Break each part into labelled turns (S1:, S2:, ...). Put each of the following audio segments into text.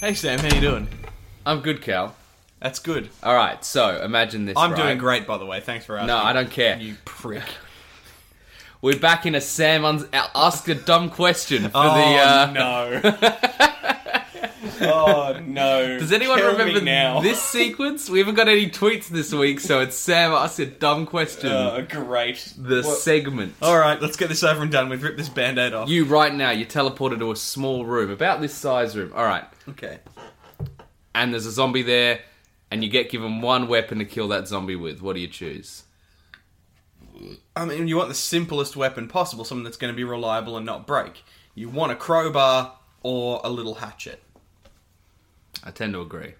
S1: Hey Sam, how you doing?
S2: I'm good, Cal.
S1: That's good.
S2: All right, so imagine this.
S1: I'm
S2: right?
S1: doing great, by the way. Thanks for asking.
S2: No, I don't care.
S1: You prick.
S2: We're back in a Sam un- ask a dumb question for
S1: oh
S2: the. Uh,
S1: no. oh no.
S2: Does anyone
S1: Kill me
S2: remember
S1: now?
S2: this sequence? We haven't got any tweets this week, so it's Sam ask a dumb question.
S1: Oh, great.
S2: the segment.
S1: All right, let's get this over and done with. Rip this band-aid off.
S2: You right now, you're teleported to a small room, about this size room. All right,
S1: okay?
S2: and there's a zombie there, and you get given one weapon to kill that zombie with. What do you choose?
S1: I mean, you want the simplest weapon possible, something that's going to be reliable and not break. You want a crowbar or a little hatchet.
S2: I tend to agree.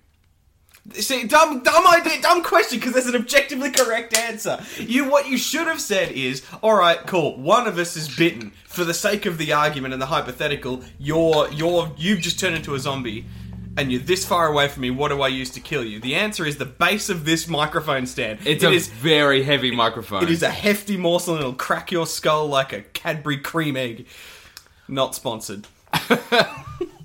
S1: See, dumb, dumb idea, dumb question, because there's an objectively correct answer. You, what you should have said is, all right, cool. One of us is bitten. For the sake of the argument and the hypothetical, you're, you're, you've just turned into a zombie, and you're this far away from me. What do I use to kill you? The answer is the base of this microphone stand.
S2: It's
S1: It
S2: a
S1: is-
S2: very heavy microphone.
S1: it is a hefty morsel, and it'll crack your skull like a Cadbury cream egg. Not sponsored.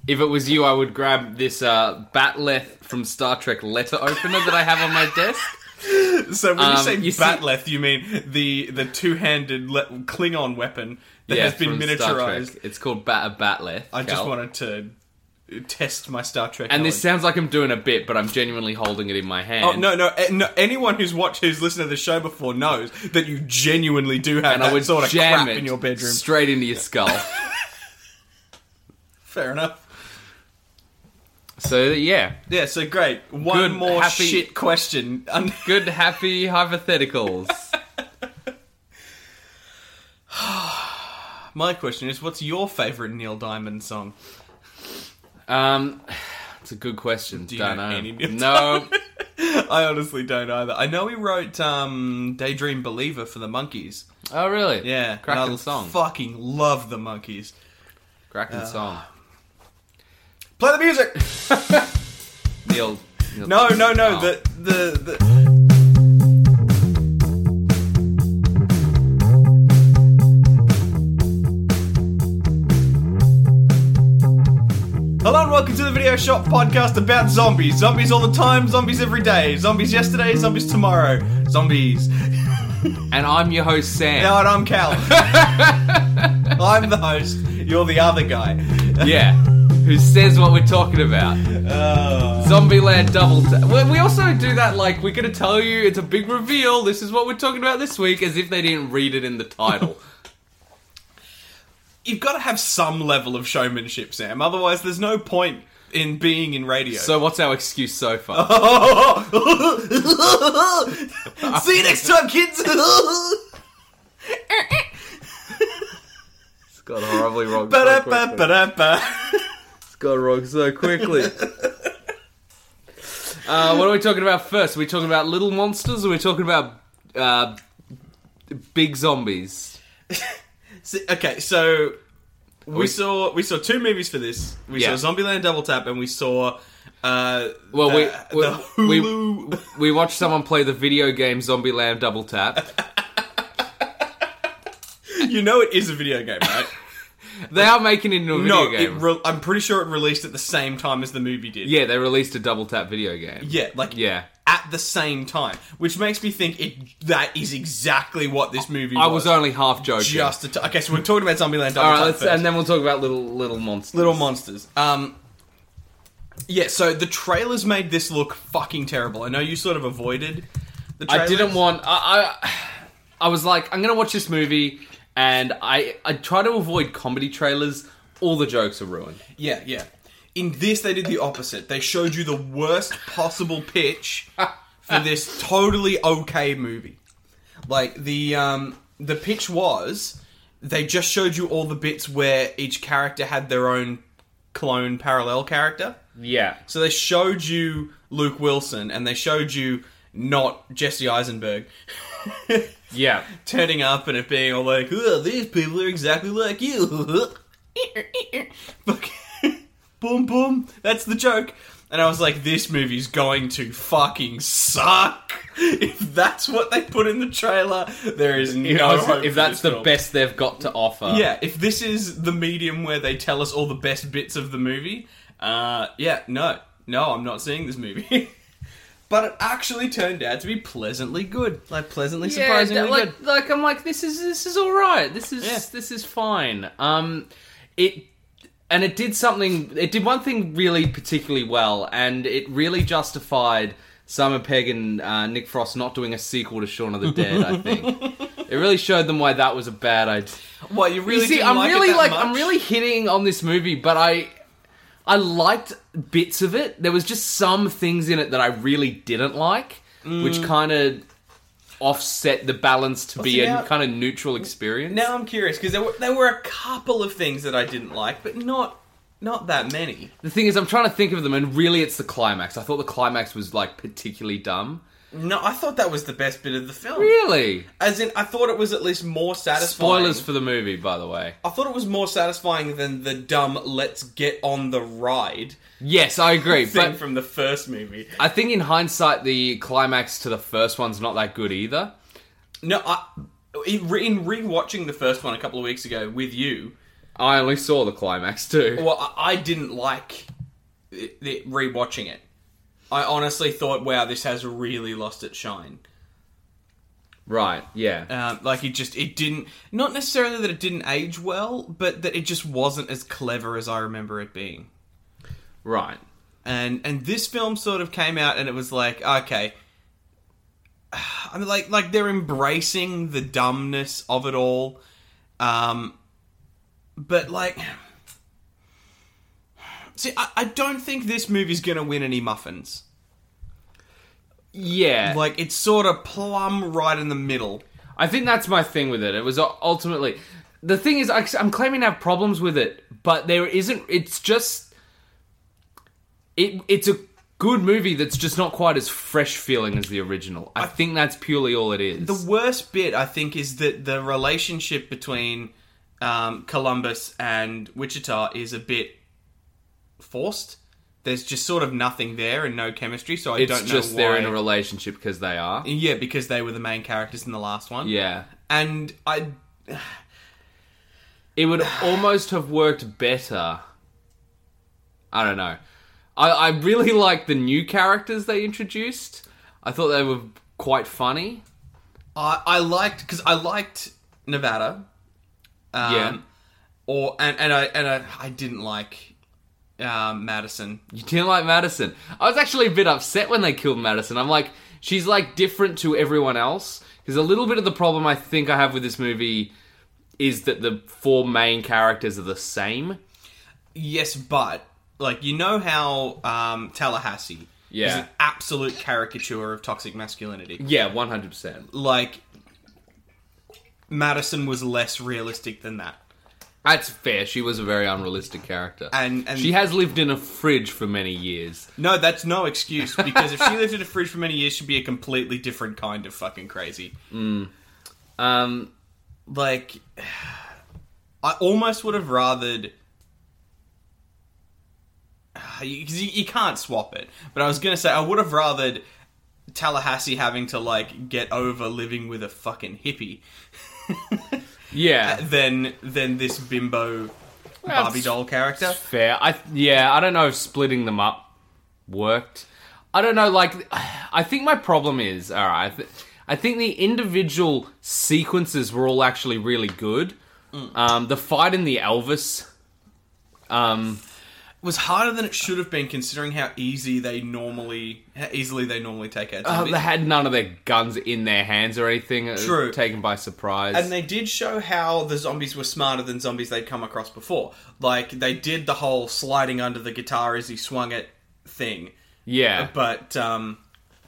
S2: If it was you, I would grab this uh, batleth from Star Trek letter opener that I have on my desk.
S1: So when
S2: Um,
S1: you say
S2: you see-
S1: batleth, you mean the the two handed le- Klingon weapon that has been
S2: from Star Trek.
S1: miniaturized.
S2: It's called bat- a batleth.
S1: I just
S2: Cal.
S1: wanted to test my Star Trek.
S2: And this
S1: knowledge.
S2: sounds like I'm doing a bit, but I'm genuinely holding it in my hand.
S1: Oh, no, no, eh, no! Anyone who's watched, who's listened to the show before knows that you genuinely do have
S2: And
S1: that
S2: I would
S1: sort of
S2: jam
S1: crap
S2: it
S1: in your bedroom.
S2: straight into your skull.
S1: Fair enough.
S2: so yeah,
S1: Yeah, so great. One
S2: Good,
S1: more
S2: happy-
S1: shit question. Un-
S2: good happy hypotheticals.
S1: My question is, what's your favorite Neil Diamond song?
S2: um, it's a good question.
S1: Do you
S2: Don't
S1: know
S2: know.
S1: any Neil
S2: no,
S1: I honestly don't either. I know he wrote um, "Daydream Believer" for the Monkeys.
S2: oh really?
S1: Yeah, and
S2: cracking
S1: I
S2: song.
S1: Fucking love the Monkeys.
S2: cracking song.
S1: Play the music.
S2: Neil. Neil-
S1: No, no, no.
S2: Oh.
S1: The the the. Hello and welcome to the Video Shop podcast about zombies. Zombies all the time, zombies every day, zombies yesterday, zombies tomorrow, zombies.
S2: and I'm your host Sam.
S1: Now and I'm Cal. I'm the host. You're the other guy.
S2: Yeah. Who says what we're talking about?
S1: Uh,
S2: Zombieland double. Ta- we, we also do that like we're gonna tell you it's a big reveal. This is what we're talking about this week, as if they didn't read it in the title.
S1: you've got to have some level of showmanship, Sam. Otherwise, there's no point in being in radio.
S2: so what's our excuse so far?
S1: Oh. See you next time, kids.
S2: It's got horribly wrong.
S1: Ba-da-ba-ba-da-ba.
S2: It's got wrong so quickly. uh, what are we talking about first? Are we talking about little monsters, or are we talking about uh, big zombies?
S1: See- okay, so we,
S2: we-
S1: saw we saw two movies for this. We
S2: Yeah.
S1: saw Zombieland Double Tap, and we saw. Uh,
S2: Well,
S1: the,
S2: we-
S1: the
S2: we- we-
S1: Hulu.
S2: We watched someone play the video game Zombieland Double Tap.
S1: you know it is a video game, right?
S2: They are making it into a video
S1: no,
S2: game.
S1: it re- I'm pretty sure it released at the same time as the movie did.
S2: yeah, they released a Double Tap video game.
S1: Yeah, like
S2: Yeah.
S1: at the same time, which makes me think it that is exactly what this movie.
S2: I was only half joking.
S1: just a t- okay. So we're talking about Zombieland. Double
S2: All right,
S1: Tap
S2: let's,
S1: first.
S2: and then we'll talk about little little monsters.
S1: Little monsters. Um, yeah. So the trailers made this look fucking terrible. I know you sort of avoided. The
S2: I
S1: trailers.
S2: didn't want. I, I I was like, I'm gonna watch this movie, and I I try to avoid comedy trailers. All the jokes are ruined.
S1: Yeah, yeah. In this, they did the opposite. They showed you the worst possible pitch for this totally okay movie. Like the um, the pitch was, they just showed you all the bits where each character had their own clone parallel character.
S2: Yeah.
S1: So they showed you Luke Wilson, and they showed you not Jesse Eisenberg.
S2: Yeah.
S1: turning up and it being all like, oh, these people are exactly like you. Fuck. boom, boom. That's the joke. And I was like, this movie's going to fucking suck if if that's what they put in the trailer, there is no
S2: If, I was-
S1: hope
S2: if
S1: for
S2: that's
S1: this
S2: the
S1: film.
S2: best they've got to offer,
S1: Yeah, if this is the medium where they tell us all the best bits of the movie, uh, yeah, no, no, I'm not seeing this movie. but it actually turned out to be pleasantly good, like pleasantly surprisingly
S2: that- like,
S1: good.
S2: Like I'm like this is this is all right. This is
S1: Yeah.
S2: this is fine. Um, it and it did something. It did one thing really particularly well, and it really justified Summer Pegg and uh, Nick Frost not doing a sequel to Shaun of the Dead. I think it really showed them why that was a bad idea.
S1: Well, you really
S2: you see,
S1: didn't
S2: I'm
S1: like it
S2: really
S1: that
S2: like
S1: much?
S2: I'm really hitting on this movie, but I I liked bits of it. There was just some things in it that I really didn't like, which kind of offset the balance to be
S1: Mm. see,
S2: a
S1: now-
S2: kind of neutral experience.
S1: Now I'm curious because there were there were a couple of things that I didn't like, but not not that many.
S2: the thing is, I'm trying to think of them, and really, it's the climax. I thought the climax was like particularly dumb.
S1: No, I thought that was the best bit of the film.
S2: Really,
S1: As in, I thought it was at least more satisfying.
S2: spoilers for the movie, by the way.
S1: I thought it was more satisfying than the dumb "let's get on the ride"
S2: Yes, I agree,
S1: thing
S2: but
S1: from the first movie.
S2: I think in hindsight, the climax to the first one's not that good either.
S1: No, I in re- in rewatching the first one a couple of weeks ago with you,
S2: I only saw the climax too.
S1: well, I, I didn't like it, it, rewatching it. I honestly thought, wow, this has really lost its shine.
S2: Right. Yeah.
S1: Um, like it just it didn't not necessarily that it didn't age well, but that it just wasn't as clever as I remember it being.
S2: right.
S1: and and this film sort of came out and it was like okay i mean like like they're embracing the dumbness of it all um but like see i, I don't think this movie's gonna win any muffins
S2: Yeah.
S1: like it's sort of plumb right in the middle
S2: I think that's my thing with it. It was u- ultimately the thing is I- I'm claiming to have problems with it, but there isn't. It's just it. It's a good movie that's just not quite as fresh feeling as the original. I, think that's purely all it is.
S1: the worst bit i think is that the relationship between um, columbus and wichita is a bit forced there's just sort of nothing there and no chemistry so i
S2: it's
S1: don't know
S2: just
S1: why.
S2: they're in a relationship because they are.
S1: yeah because they were the main characters in the last one
S2: Yeah.
S1: and i
S2: It would almost have worked better. I don't know. I, I really like the new characters they introduced. I thought they were quite funny.
S1: i, I liked because i liked nevada um,
S2: Yeah.
S1: or and, and i and i, I didn't like um, madison
S2: You didn't like Madison. I was actually a bit upset when they killed Madison. I'm like, she's like different to everyone else. Because a little bit of the problem I think I have with this movie is that the four main characters are the same.
S1: Yes, but like you know how um, Tallahassee is
S2: Yeah.
S1: an absolute caricature of toxic masculinity.
S2: Yeah, 100%.
S1: Like Madison was less realistic than that.
S2: That's fair. She was a very unrealistic character.
S1: And- and-
S2: she has lived in a fridge for many years.
S1: No, that's no excuse because if she lived in a fridge for many years, she'd be a completely different kind of fucking crazy.
S2: Um,
S1: Like, I almost would have rathered. You, 'cause you, you can't swap it, but I was gonna say I would have rathered Tallahassee having to like get over living with a fucking hippie
S2: yeah.
S1: Uh, than than this bimbo
S2: Well,
S1: Barbie doll character.
S2: Fair. I yeah. I don't know if splitting them up worked. I don't know. Like, I think my problem is all right. I, th- I think the individual sequences were all actually really good.
S1: Mm.
S2: Um, the fight in the Elvis. Um,
S1: was harder than it should have been, considering how easy they normally how easily they normally take out.
S2: uh,
S1: zombies.
S2: they had none of their guns in their hands or anything. It was
S1: True.
S2: Taken by surprise.
S1: And they did show how the zombies were smarter than zombies they'd come across before. Like they did the whole sliding under the guitar as he swung it thing,
S2: yeah.
S1: but um,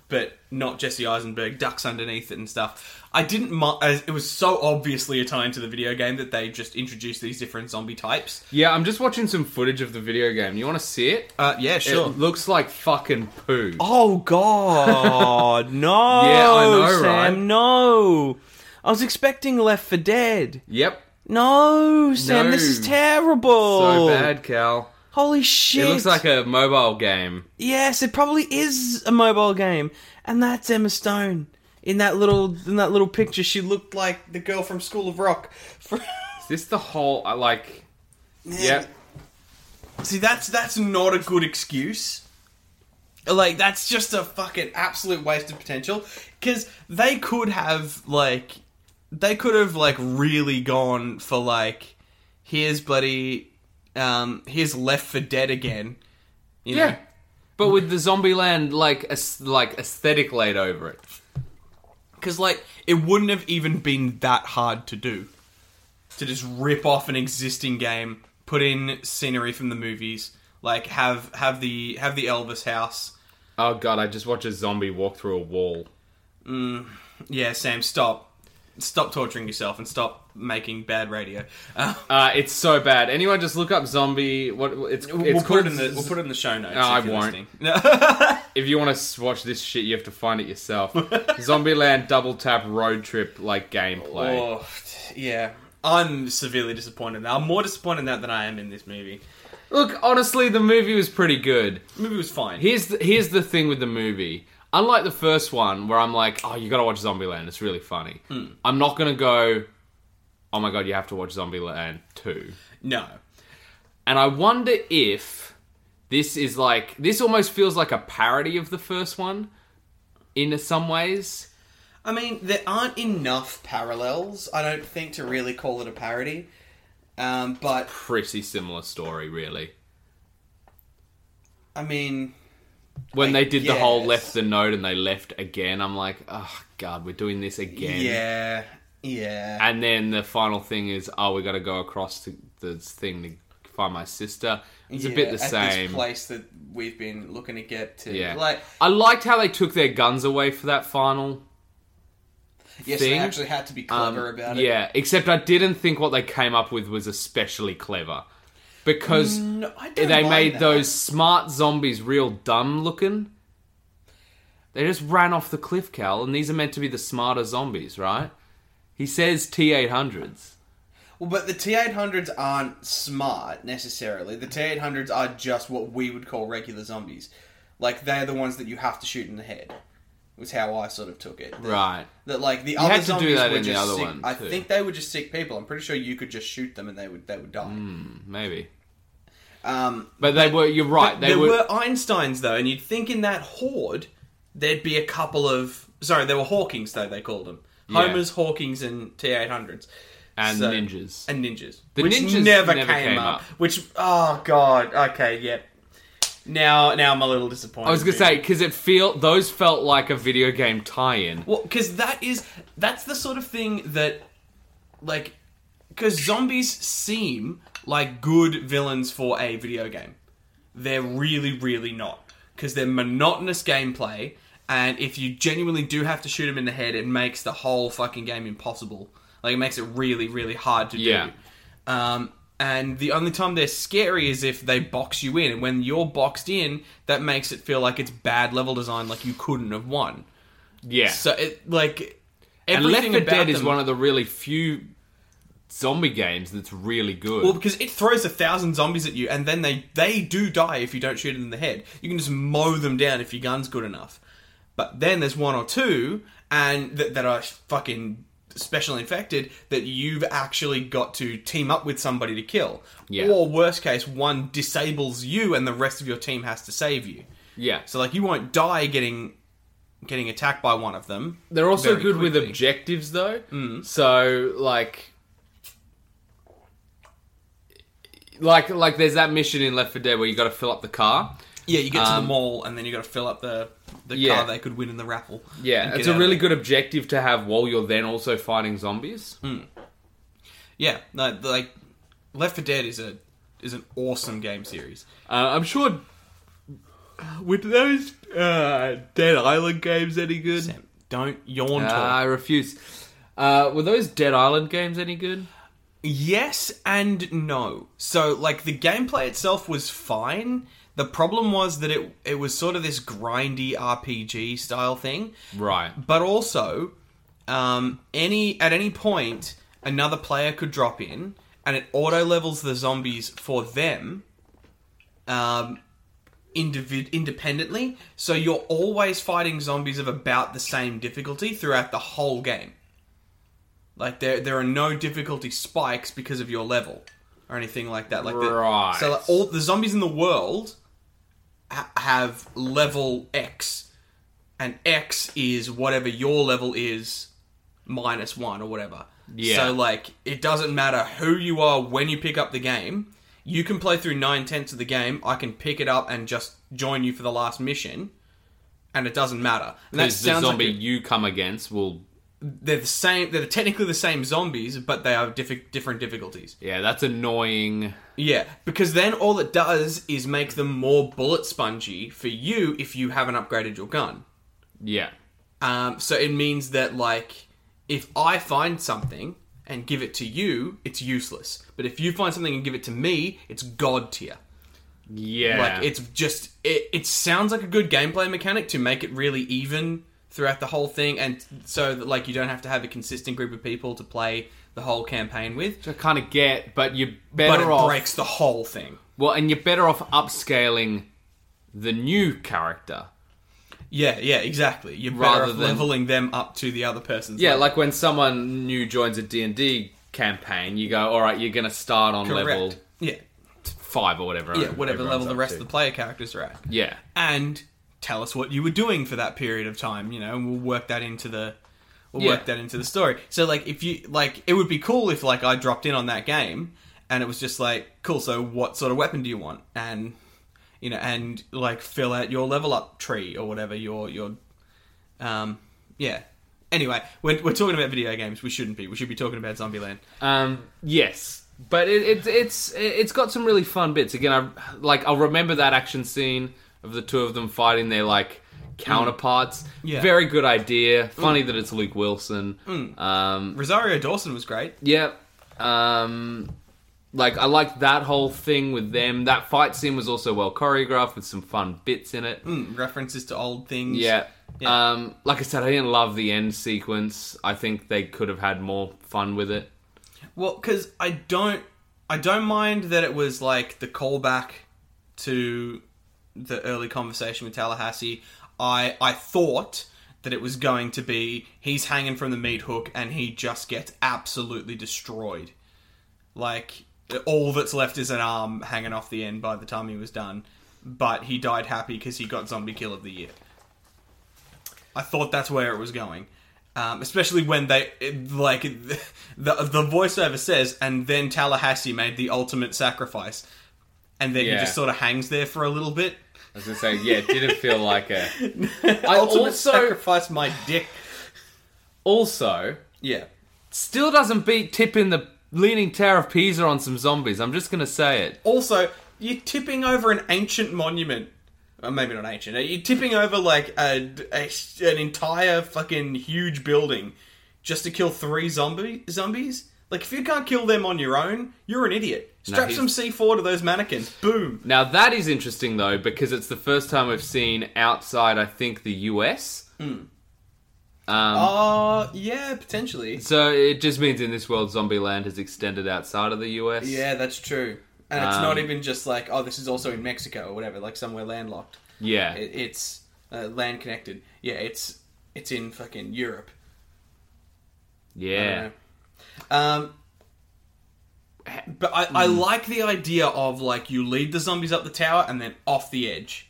S1: but not Jesse Eisenberg ducks underneath it and stuff. I didn't. Mu- as it was so obviously a tie into the video game that they just introduced these different zombie types.
S2: yeah. I'm just watching some footage of the video game. You want to see it?
S1: Uh, yeah, sure.
S2: It looks like fucking poo.
S1: Oh God, no!
S2: Yeah, I know, right?
S1: No, I was expecting Left for Dead.
S2: Yep.
S1: No,
S2: Sam, this is No.
S1: terrible.
S2: So bad, Cal.
S1: Holy Oh. shit!
S2: It looks like a mobile game.
S1: yes, it probably is a mobile game, and that's Emma Stone. in that little in that little picture, she looked like the girl from School of Rock.
S2: Is this the whole? I like. Yeah.
S1: See, that's that's not a good excuse. Like, that's just a fucking absolute waste of potential. Because they could have like, they could have like really gone for like, here's buddy, um, here's Left for Dead again. You
S2: Yeah.
S1: know?
S2: But with the Zombieland like as- like aesthetic laid over it.
S1: Because, like, it wouldn't have even been that hard to do. To just rip off an existing game, put in scenery from the movies, like have have the have the Elvis house.
S2: Oh god, I just watched a zombie walk through a wall.
S1: Yeah, Sam, stop, stop torturing yourself and stop making bad radio. Uh,
S2: Uh, it's so bad. Anyone just look up zombie. What it's it's
S1: we'll put
S2: called.
S1: it in the we'll put it in the show notes.
S2: No,
S1: if
S2: I
S1: you're
S2: won't.
S1: listening.
S2: if you want to watch this shit, you have to find it yourself. Zombieland double tap road trip like gameplay.
S1: Oh, yeah, I'm severely disappointed. Now I'm more disappointed in that than I am in this movie.
S2: Look, honestly, the movie was pretty good.
S1: The movie was fine.
S2: Here's the, here's the thing with the movie. Unlike the first one, where I'm like, oh, you gotta watch Zombieland, it's really funny.
S1: Hmm.
S2: I'm not gonna go, oh my god, you have to watch Zombieland 2.
S1: no,
S2: And I wonder if this is like, this almost feels like a parody of the first one in some ways.
S1: I mean, there aren't enough parallels, I don't think, to really call it a parody. Um, but,
S2: Pretty similar story, really.
S1: I mean,
S2: When
S1: I
S2: they did the whole
S1: guess.
S2: left the note and they left again, I'm like, oh god, we're doing this again.
S1: yeah, yeah.
S2: And then the final thing is, oh, we got to go across to this thing to find my sister. It's a
S1: Yeah,
S2: bit the
S1: At this
S2: same.
S1: place that we've been looking to get to.
S2: Yeah.
S1: Like,
S2: I liked how they took their guns away for that final.
S1: yes, they
S2: Thing?
S1: actually had to be
S2: um,
S1: clever about it.
S2: Yeah, except I didn't think what they came up with was especially clever. Because
S1: No, Mm, I don't
S2: they
S1: mind
S2: made
S1: that.
S2: those smart zombies real dumb looking. They just ran off the cliff, Cal, and these are meant to be the smarter zombies, right? He says T 800s.
S1: Well, but the T 800s aren't smart necessarily. The T 800s are just what we would call regular zombies. Like, they're the ones that you have to shoot in the head, was how I sort of took it. That-
S2: Right.
S1: That like the
S2: had
S1: other
S2: to do
S1: zombies
S2: that
S1: were
S2: in the
S1: just
S2: other
S1: sick.
S2: one,
S1: I
S2: too.
S1: think they were just sick people. I'm pretty sure you could just shoot them and they would they would die.
S2: Mm. Maybe.
S1: Um,
S2: But they were. You're right. They
S1: there
S2: were.
S1: were... Einsteins though, and you'd think in that horde there'd be a couple of sorry, there were Hawkings though they called them
S2: Yeah.
S1: Homers, Hawkings, and T800s
S2: and
S1: So-
S2: ninjas.
S1: and ninjas,
S2: The
S1: which
S2: ninjas
S1: never,
S2: never
S1: came,
S2: came
S1: up.
S2: up.
S1: Which oh god, okay, yep. Now now I'm a little disappointed.
S2: I was gonna say because it feel those felt like a video game tie-in.
S1: Well, because that is that's the sort of thing that, like, because zombies seem like good villains for a video game. They're really, really not because they're monotonous gameplay, and if you genuinely do have to shoot them in the head, it makes the whole fucking game impossible. Like, it makes it really, really hard to
S2: Yeah.
S1: do. Um, and the only time they're scary is if they box you in, and when you're boxed in, that makes it feel like it's bad level design, like you couldn't have won.
S2: Yeah,
S1: So it like
S2: and Left
S1: everything
S2: 4
S1: about
S2: Dead is
S1: them-
S2: one of the really few zombie games that's really good.
S1: well because it throws a thousand zombies at you and then they they do die if you don't shoot them in the head. You can just mow them down if your gun's good enough. But then there's one or two and that, that are fucking special infected that you've actually got to team up with somebody to kill.
S2: Yeah.
S1: Or worst case, one disables you and the rest of your team has to save you.
S2: yeah,
S1: So like you won't die getting getting attacked by one of them.
S2: they're also
S1: very
S2: good with
S1: quickly.
S2: objectives though. So like. Like, like, there's that mission in Left 4 Dead where you got to fill up the car.
S1: Yeah, you get to
S2: Um,
S1: the mall and then you got to fill up the the
S2: Yeah.
S1: car they could win in the raffle. and
S2: Yeah,
S1: get
S2: it's a
S1: out of
S2: really
S1: it.
S2: good objective to have while you're then also fighting zombies.
S1: yeah. No, like Left for Dead is a is an awesome game series.
S2: Uh, I'm sure. With those uh, Dead Island games any good?
S1: Sam, don't yawn.
S2: Uh,
S1: talk.
S2: I refuse. Uh, were those Dead Island games any good?
S1: Yes and no. So like the gameplay itself was fine. The problem was that it it was sort of this grindy RPG style thing.
S2: Right.
S1: but also um, any at any point another player could drop in and it auto levels the zombies for them um, individ- independently, so you're always fighting zombies of about the same difficulty throughout the whole game. Like there, there are no difficulty spikes because of your level or anything like that. Like the-
S2: Right.
S1: so like, all the zombies in the world ha- have level X, and X is whatever your level is minus one or whatever.
S2: Yeah.
S1: So like it doesn't matter who you are when you pick up the game. You can play through nine tenths of the game. I can pick it up and just join you for the last mission, and it doesn't matter. And that
S2: Because the
S1: sounds like
S2: zombie
S1: a-
S2: you come against will.
S1: they're the same. They're technically the same zombies, but they have diff- different difficulties.
S2: Yeah, that's annoying.
S1: Yeah, because then all it does is make them more bullet spongy for you if you haven't upgraded your gun.
S2: Yeah.
S1: Um, so it means that like if I find something and give it to you, it's useless. But if you find something and give it to me, it's god tier.
S2: Yeah.
S1: Like it's just it, it sounds like a good gameplay mechanic to make it really even throughout the whole thing and so that like you don't have to have a consistent group of people to play the whole campaign with.
S2: I kind of get, but you're
S1: But
S2: better
S1: it
S2: off.
S1: breaks the whole thing.
S2: Well, and you're better off upscaling the new character.
S1: Yeah, yeah, exactly. You're
S2: Rather
S1: better off
S2: than-
S1: leveling them up to the other person's
S2: Yeah,
S1: level.
S2: like when someone new joins a D&D campaign, you go, all right, you're going to start on
S1: Correct.
S2: level
S1: Yeah.
S2: five or whatever.
S1: Yeah, whatever
S2: everyone's
S1: level the
S2: up
S1: rest
S2: to.
S1: of the player characters are at.
S2: Yeah.
S1: and tell us what you were doing for that period of time, you know, and we'll work that into the we'll
S2: Yeah.
S1: work that into the story. So like if you like it would be cool if like I dropped in on that game and it was just like, cool, so what sort of weapon do you want? And you know, and like fill out your level up tree or whatever your your um yeah. Anyway, we're, we're talking about video games. We shouldn't be. We should be talking about Zombieland.
S2: Um, yes, but it, it, it's it's got some really fun bits. Again, I like I'll remember that action scene of the two of them fighting their like counterparts.
S1: Mm. Yeah. Mm.
S2: Very good idea. Funny that it's Luke Wilson. Um,
S1: Rosario Dawson was great.
S2: yeah. Um, like I liked that whole thing with them. That fight scene was also well choreographed with some fun bits in it.
S1: Mm, references to old things.
S2: Yeah.
S1: Yeah.
S2: Um, like I said, I didn't love the end sequence. I think they could have had more fun with it.
S1: Well, because I don't, I don't mind that it was like the callback to the early conversation with Tallahassee. I I thought that it was going to be he's hanging from the meat hook and he just gets absolutely destroyed. Like all that's left is an arm hanging off the end by the time he was done. But he died happy because he got zombie kill of the year. I thought that's where it was going. Um, especially when they it- like the the voiceover says, and then Tallahassee made the ultimate sacrifice, and then he
S2: Yeah.
S1: just sort of hangs there for a little bit.
S2: I was gonna say, yeah, it didn't feel like a. I
S1: I ultimate
S2: also-
S1: sacrifice my dick.
S2: Also,
S1: Yeah,
S2: still doesn't beat tipping the Leaning Tower of Pisa on some zombies. I'm just gonna say it.
S1: Also, you're tipping over an ancient monument. Well, maybe not ancient. You're tipping over like a, a- an entire fucking huge building just to kill three zombie zombies. Like if you can't kill them on your own, you're an idiot. Strap
S2: he's-
S1: some C4 to those mannequins. Boom.
S2: Now that is interesting though, because it's the first time we've seen outside. I think the U.S. Um,
S1: Uh yeah, potentially.
S2: so it just means in this world, Zombieland has extended outside of the U.S.
S1: Yeah, that's true. And it's not
S2: Um,
S1: even just like oh, this is also in Mexico or whatever, like somewhere landlocked.
S2: yeah.
S1: It, it's uh, land connected. Yeah, it's it's in fucking Europe.
S2: yeah.
S1: Um, but I, I
S2: Hmm.
S1: like the idea of like you lead the zombies up the tower and then off the edge.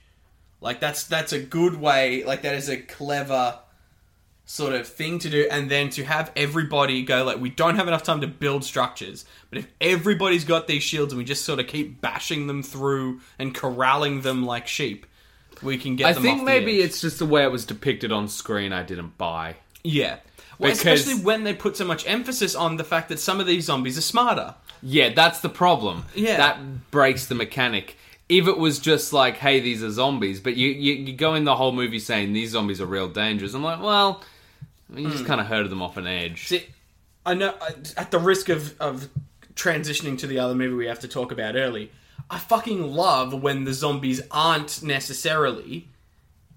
S1: Like that's that's a good way. Like that is a clever sort of thing to do, and then to have everybody go like we don't have enough time to build structures, but if everybody's got these shields and we just sort of keep bashing them through and corralling them like sheep, we can get.
S2: I
S1: them
S2: think
S1: off the
S2: maybe
S1: edge.
S2: it's just the way it was depicted on screen. I didn't buy.
S1: yeah. Well,
S2: because-
S1: especially when they put so much emphasis on the fact that some of these zombies are smarter.
S2: Yeah, that's the problem.
S1: Yeah.
S2: That breaks the mechanic. If it was just like, hey, these are zombies, but you, you, you go in the whole movie saying these zombies are real dangerous, I'm like, well, you just kind of herded them off an edge.
S1: Hmm. See, I know. I- At the risk of of transitioning to the other movie we have to talk about early, I fucking love when the zombies aren't necessarily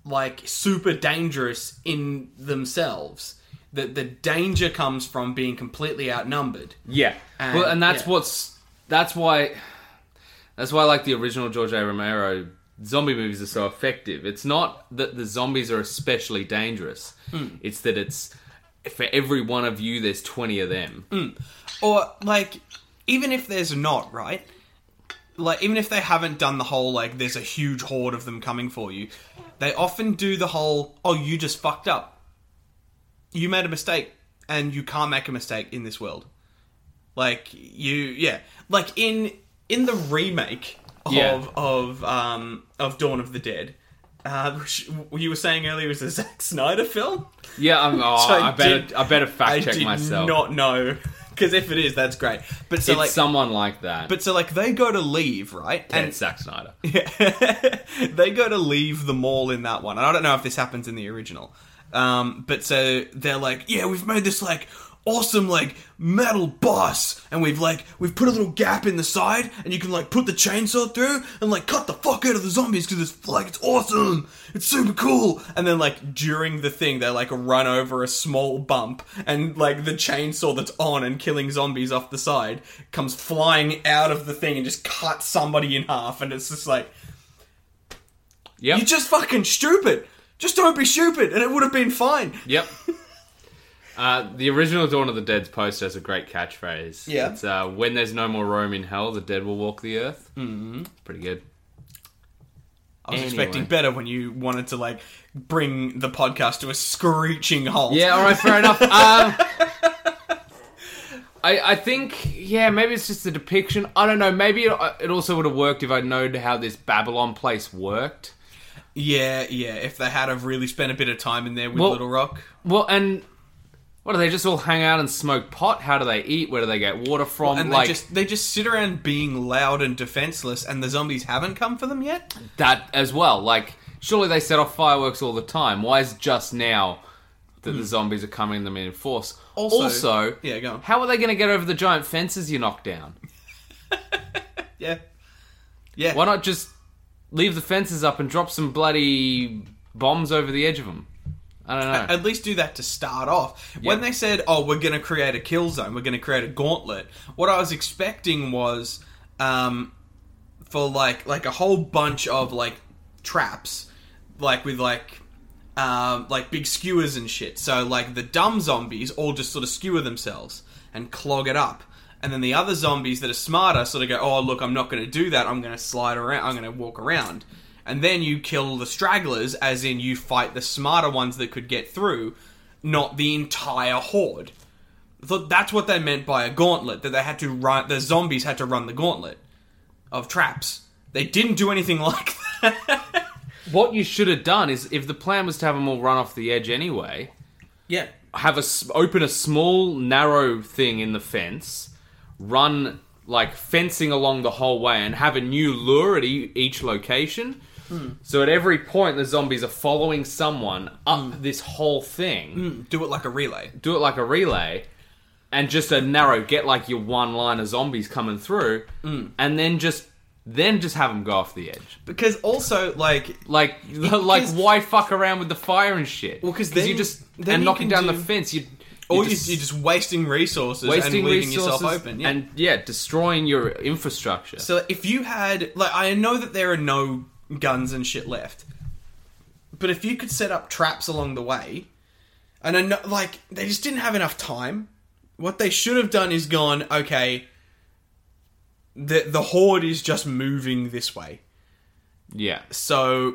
S1: like super dangerous in themselves. That the danger comes from being completely outnumbered.
S2: Yeah.
S1: And-
S2: well, and that's
S1: yeah.
S2: what's that's why that's why I like the original George A. Romero zombie movies are so effective. It's not that the zombies are especially dangerous.
S1: Hmm.
S2: It's that it's for every one of you, there's twenty of them.
S1: Hmm. Or like, even if there's not, right? Like, even if they haven't done the whole like, there's a huge horde of them coming for you, they often do the whole, oh, you just fucked up. You made a mistake, and you can't make a mistake in this world. Like you, yeah. Like in in the remake of
S2: Yeah.
S1: of um of Dawn of the Dead. Uh, which you were saying earlier was a Zack Snyder film.
S2: Yeah, I'm, oh,
S1: So
S2: I,
S1: I
S2: better
S1: did-
S2: I better fact
S1: I
S2: check
S1: did
S2: myself.
S1: not know because if it is, that's great. But so
S2: it's
S1: like,
S2: someone like that.
S1: But so like they go to leave, right?
S2: and it's Zack Snyder.
S1: they go to leave the mall in that one. And I don't know if this happens in the original. Um, but so they're like, yeah, we've made this like awesome like metal boss and we've like we've put a little gap in the side and you can like put the chainsaw through and like cut the fuck out of the zombies because it's like it's awesome it's super cool and then like during the thing they like run over a small bump and like the chainsaw that's on and killing zombies off the side comes flying out of the thing and just cuts somebody in half and it's just like
S2: Yep.
S1: you're just fucking stupid. Just don't be stupid, and it would have been fine.
S2: Yep. Uh, the original Dawn of the Dead's poster has a great catchphrase.
S1: Yeah.
S2: It's uh, when there's no more room in hell, the dead will walk the earth. Mm-hmm. Pretty good.
S1: I was
S2: Anyway.
S1: expecting better when you wanted to like bring the podcast to a screeching halt.
S2: Yeah, all right, fair enough. Um, I, I think, yeah, maybe it's just the depiction. I don't know. Maybe it, uh, it also would have worked if I'd known how this Babylon place worked.
S1: yeah, yeah. If they had have really spent a bit of time in there with
S2: Well-
S1: Little Rock,
S2: Well, and what do they just all hang out and smoke pot? How do they eat? Where do they get water from?
S1: and
S2: like
S1: they just they just sit around being loud and defenseless, and the zombies haven't come for them yet.
S2: that as well. Like, surely they set off fireworks all the time. Why is just now that the zombies are coming to them in force?
S1: Also-
S2: Also,
S1: Yeah, go on.
S2: how are they going to get over the giant fences you knocked down?
S1: Yeah, yeah.
S2: Why not just leave the fences up and drop some bloody bombs over the edge of them? I don't know.
S1: At least do that to start off. When they said, "Oh, we're going to create a kill zone, we're going to create a gauntlet," what I was expecting was um, for like like a whole bunch of like traps, like with like um, like big skewers and shit. So like the dumb zombies all just sort of skewer themselves and clog it up. And then the other zombies that are smarter sort of go, "Oh, look, I'm not going to do that. I'm going to slide around. I'm going to walk around." And then you kill the stragglers, as in you fight the smarter ones that could get through, not the entire horde. I thought that's what they meant by a gauntlet. That they had to run. The zombies had to run the gauntlet of traps. They didn't do anything like that.
S2: What you should have done is, if the plan was to have them all run off the edge anyway,
S1: Yeah.
S2: have a s- open a small narrow thing in the fence, run like fencing along the whole way, and have a new lure at e- each location.
S1: Hmm.
S2: So at every point, the zombies are following someone up
S1: Hmm.
S2: this whole thing.
S1: Do it like a relay.
S2: Do it like a relay, and just a narrow get like your one line of zombies coming through,
S1: Hmm.
S2: and then just then just have them go off the edge.
S1: Because also, like,
S2: Like, like why fuck around with the fire and shit?
S1: Well, 'cause
S2: you
S1: then-
S2: just
S1: then
S2: and
S1: you
S2: knocking
S1: can
S2: down
S1: do-
S2: the fence, you
S1: or you, you're just wasting resources
S2: wasting
S1: and leaving
S2: resources
S1: yourself open. Yeah.
S2: and yeah, destroying your infrastructure.
S1: So if you had, like, I know that there are no guns and shit left, but if you could set up traps along the way, and I know, like, they just didn't have enough time. What they should have done is gone, okay. The the horde is just moving this way.
S2: yeah,
S1: So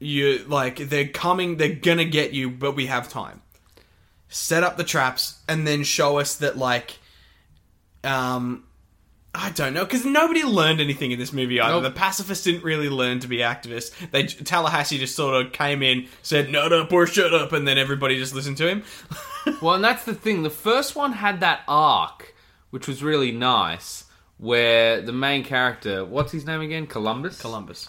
S1: you like they're coming, they're gonna get you, but we have time. Set up the traps and then show us that like um I don't know because nobody learned anything in this movie either.
S2: Nope.
S1: The pacifists didn't really learn to be activists. They Tallahassee just sort of came in, said "nut up" or "shut up," and then everybody just listened to him.
S2: well, and that's the thing. The first one had that arc, which was really nice, where the main character, what's his name again, Columbus.
S1: Columbus.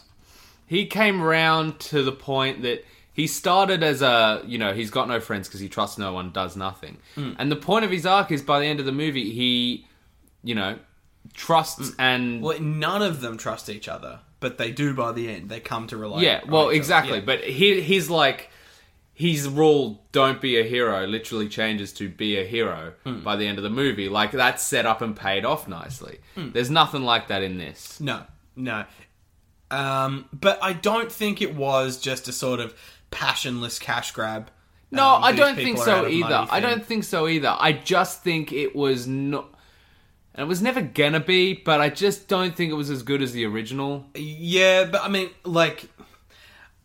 S2: he came round to the point that he started as a you know he's got no friends because he trusts no one does nothing and the point of his arc is by the end of the movie he you know trusts and
S1: Well, none of them trust each other, but they do by the end. They come to rely.
S2: uh, yeah
S1: on each
S2: well
S1: other.
S2: exactly
S1: Yeah.
S2: but he, he's like his rule don't be a hero literally changes to be a hero by the end of the movie like Hmm. that's set up and paid off nicely there's nothing like that in this
S1: No, no. Um, but I don't think it was just a sort of passionless cash grab.
S2: No,
S1: um,
S2: I
S1: these
S2: don't
S1: people
S2: think
S1: are out
S2: so
S1: of money
S2: either. I
S1: thing.
S2: don't think so either. I just think it was not. And it was never gonna be, but I just don't think it was as good as the original.
S1: Yeah, but I mean, like,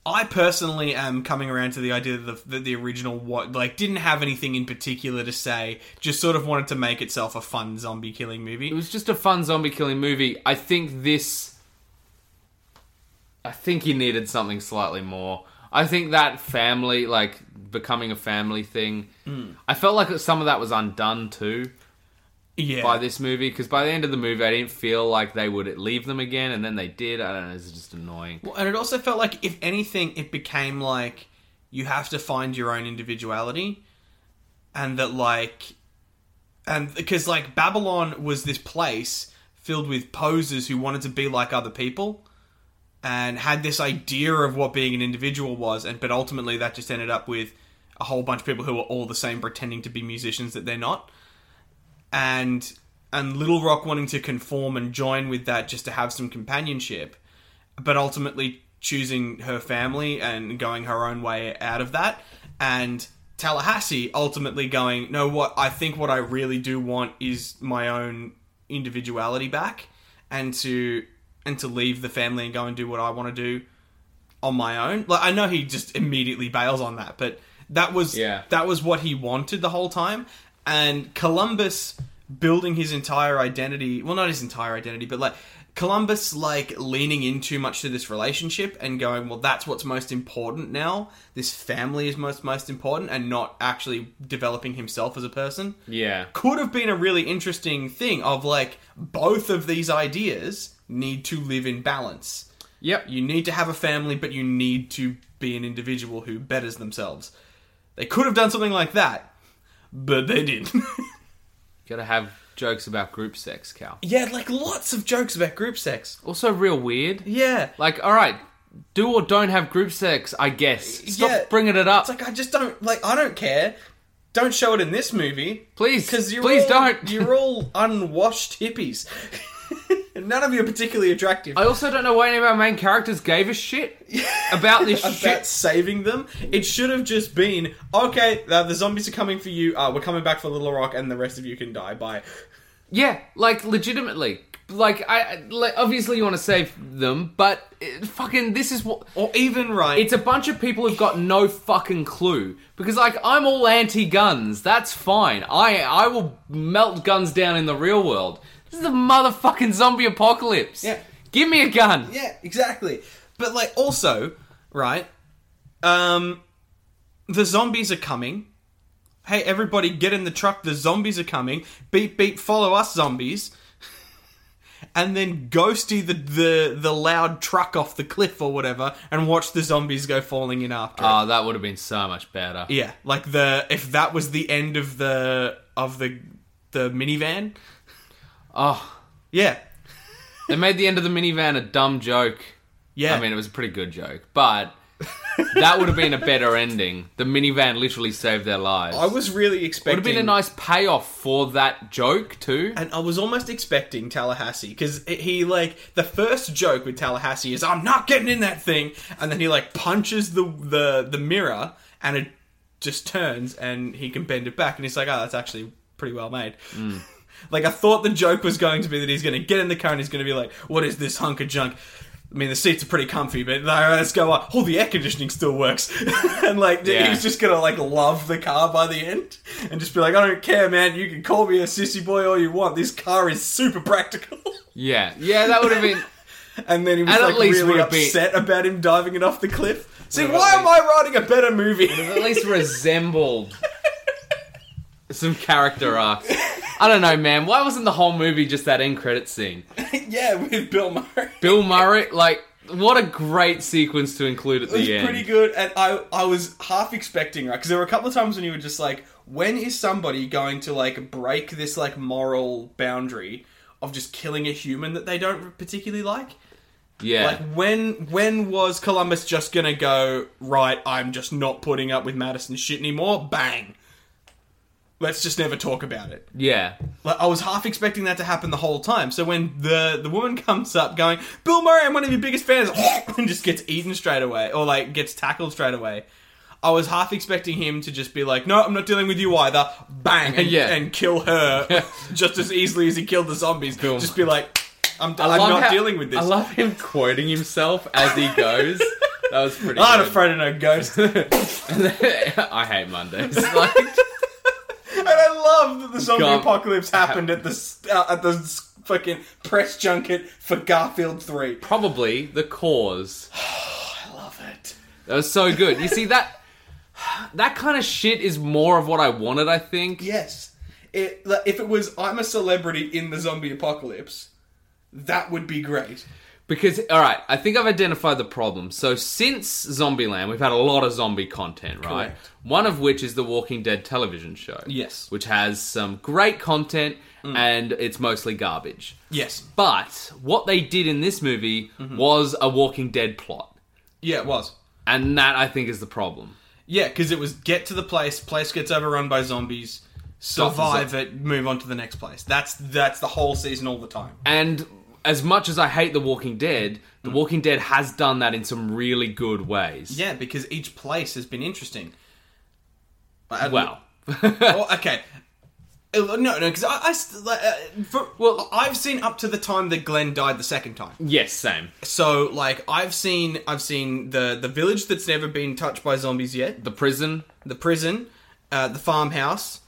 S1: I personally am coming around to the idea that the, that the original what like didn't have anything in particular to say. Just sort of wanted to make itself a fun zombie killing
S2: It
S1: movie.
S2: was just a fun zombie killing movie. I think this. I think he needed something slightly more. I think that family, like becoming a family thing,
S1: Hmm.
S2: I felt like some of that was undone too
S1: Yeah,
S2: by this movie. Because by the end of the movie, I didn't feel like they would leave them again, and then they did. I don't know. It's just annoying.
S1: Well, and it also felt like, if anything, it became like you have to find your own individuality, and that like, and because like Babylon was this place filled with posers who wanted to be like other people, and had this idea of what being an individual was, and but ultimately that just ended up with a whole bunch of people who were all the same pretending to be musicians that they're not, and and Little Rock wanting to conform and join with that just to have some companionship but ultimately choosing her family and going her own way out of that and Tallahassee ultimately going no what I think what I really do want is my own individuality back and to and to leave the family and go and do what I want to do on my own like I know he just immediately bails on that but that was
S2: Yeah.
S1: that was what he wanted the whole time and Columbus building his entire identity well not his entire identity but like Columbus like leaning in too much to this relationship and going well that's what's most important now this family is most most important and not actually developing himself as a person
S2: Yeah.
S1: could have been a really interesting thing of like both of these ideas need to live in balance
S2: Yep.
S1: you need to have a family, but you need to be an individual who betters themselves. They could have done something like that, but they didn't.
S2: Gotta have jokes about group sex, Cal.
S1: yeah, like lots of jokes about group sex.
S2: Also, real weird.
S1: Yeah.
S2: Like, alright, do or don't have group sex, I guess. Stop
S1: Yeah.
S2: bringing it up.
S1: It's like I just don't like I don't care. Don't show it in this movie.
S2: please.
S1: Because you're
S2: please
S1: all,
S2: don't.
S1: you're all unwashed hippies. None of you are particularly attractive.
S2: I also don't know why any of our main characters gave a shit about this
S1: about
S2: shit.
S1: saving them. It should have just been okay. Uh, the zombies are coming for you. Uh, we're coming back for Little Rock, and the rest of you can die. Bye.
S2: Yeah, like, legitimately. Like, I. I- Like, obviously, you want to save them, but it, fucking, this is what.
S1: Or even right.
S2: It's a bunch of people who've got no fucking clue. Because, like, I'm all anti guns. That's fine. I, I will melt guns down in the real world. This is a motherfucking zombie apocalypse.
S1: Yeah.
S2: Give me a gun.
S1: Yeah, exactly. But like also, right? Um the zombies are coming. Hey everybody, get in the truck. The zombies are coming. Beep beep, follow us zombies. And then ghosty the, the the loud truck off the cliff or whatever and watch the zombies go falling in after. it.
S2: Oh, that would have been so much better.
S1: yeah, like the if that was the end of the of the the minivan.
S2: Oh,
S1: Yeah.
S2: they made the end of the minivan a dumb joke.
S1: Yeah.
S2: I mean, it was a pretty good joke, but that would have been a better ending. The minivan literally saved their lives.
S1: I was really
S2: would
S1: expecting
S2: have been a nice payoff for that joke too.
S1: And I was almost expecting Tallahassee because he like the first joke with Tallahassee is I'm not getting in that thing, and then he like punches the the the mirror and it just turns and he can bend it back, and he's like, oh, that's actually pretty well made. like I thought the joke was going to be that he's going to get in the car and he's going to be like, what is this hunk of junk? I mean, the seats are pretty comfy, but uh, let's go on. Oh, the air conditioning still works. and, like,
S2: Yeah.
S1: he's just gonna, like, love the car by the end and just be like, I don't care, man. You can call me a sissy boy all you want. This car is super practical.
S2: Yeah, yeah, that would have been.
S1: and then he was,
S2: And at
S1: like,
S2: least
S1: really
S2: would it be-
S1: upset about him diving it off the cliff. See,
S2: Would it
S1: why
S2: at
S1: am I writing a better movie?
S2: at least resembled some character arcs. I don't know, man. Why wasn't the whole movie just that end credit scene?
S1: yeah, with Bill Murray.
S2: Bill Murray, like, what a great sequence to include at
S1: It was
S2: the end.
S1: pretty good, and I I was half expecting right because there were a couple of times when you were just like, when is somebody going to like break this like moral boundary of just killing a human that they don't particularly like?
S2: yeah,
S1: Like when when was Columbus just gonna go right? I'm just not putting up with Madison's shit anymore. Bang. Let's just never talk about it.
S2: Yeah.
S1: Like, I was half expecting that to happen the whole time. So when the the woman comes up going, Bill Murray, I'm one of your biggest fans, and just gets eaten straight away, or like gets tackled straight away. I was half expecting him to just be like, "No, I'm not dealing with you either." Bang, and,
S2: Yeah.
S1: and kill her just as easily as he killed the zombies.
S2: Bill-
S1: Just be like, "I'm,
S2: I
S1: I'm
S2: love
S1: not
S2: how-
S1: dealing with this."
S2: I love him quoting himself as he goes. that was pretty.
S1: I'm not
S2: good.
S1: afraid of no ghost.
S2: I hate Mondays. Like,
S1: And I love that the zombie
S2: Gar-
S1: apocalypse happened at the s- uh, at the s- fucking press junket for Garfield Three.
S2: probably the cause.
S1: I love it.
S2: That was so good. You see that that kind of shit is more of what I wanted. I think.
S1: Yes, it, like, if it was I'm a celebrity in the zombie apocalypse, that would be great.
S2: Because all right, I think I've identified the problem. So since Zombieland, we've had a lot of zombie content, right?
S1: Correct.
S2: One of which is the Walking Dead television show.
S1: Yes. Mm.
S2: which has some great content and it's mostly garbage.
S1: Yes,
S2: But what they did in this movie
S1: Mm-hmm.
S2: was a Walking Dead plot.
S1: yeah, it was.
S2: And that I think is the problem.
S1: Yeah, because it was get to the place, place gets overrun by zombies, survive it, move on to the next place. That's that's the whole season all the time.
S2: And as much as I hate The Walking Dead, The Walking Dead has done that in some really good ways.
S1: Mm. Yeah, because each place has been interesting. I-
S2: Well,
S1: well, okay. Uh, No, no, because I, I st- like, uh, for, well,
S2: Well-
S1: I've seen up to the time that Glenn died the second time.
S2: yes, same.
S1: So, like, I've seen, I've seen the the village that's never been touched by zombies yet,
S2: The prison,
S1: the prison, uh, the farmhouse.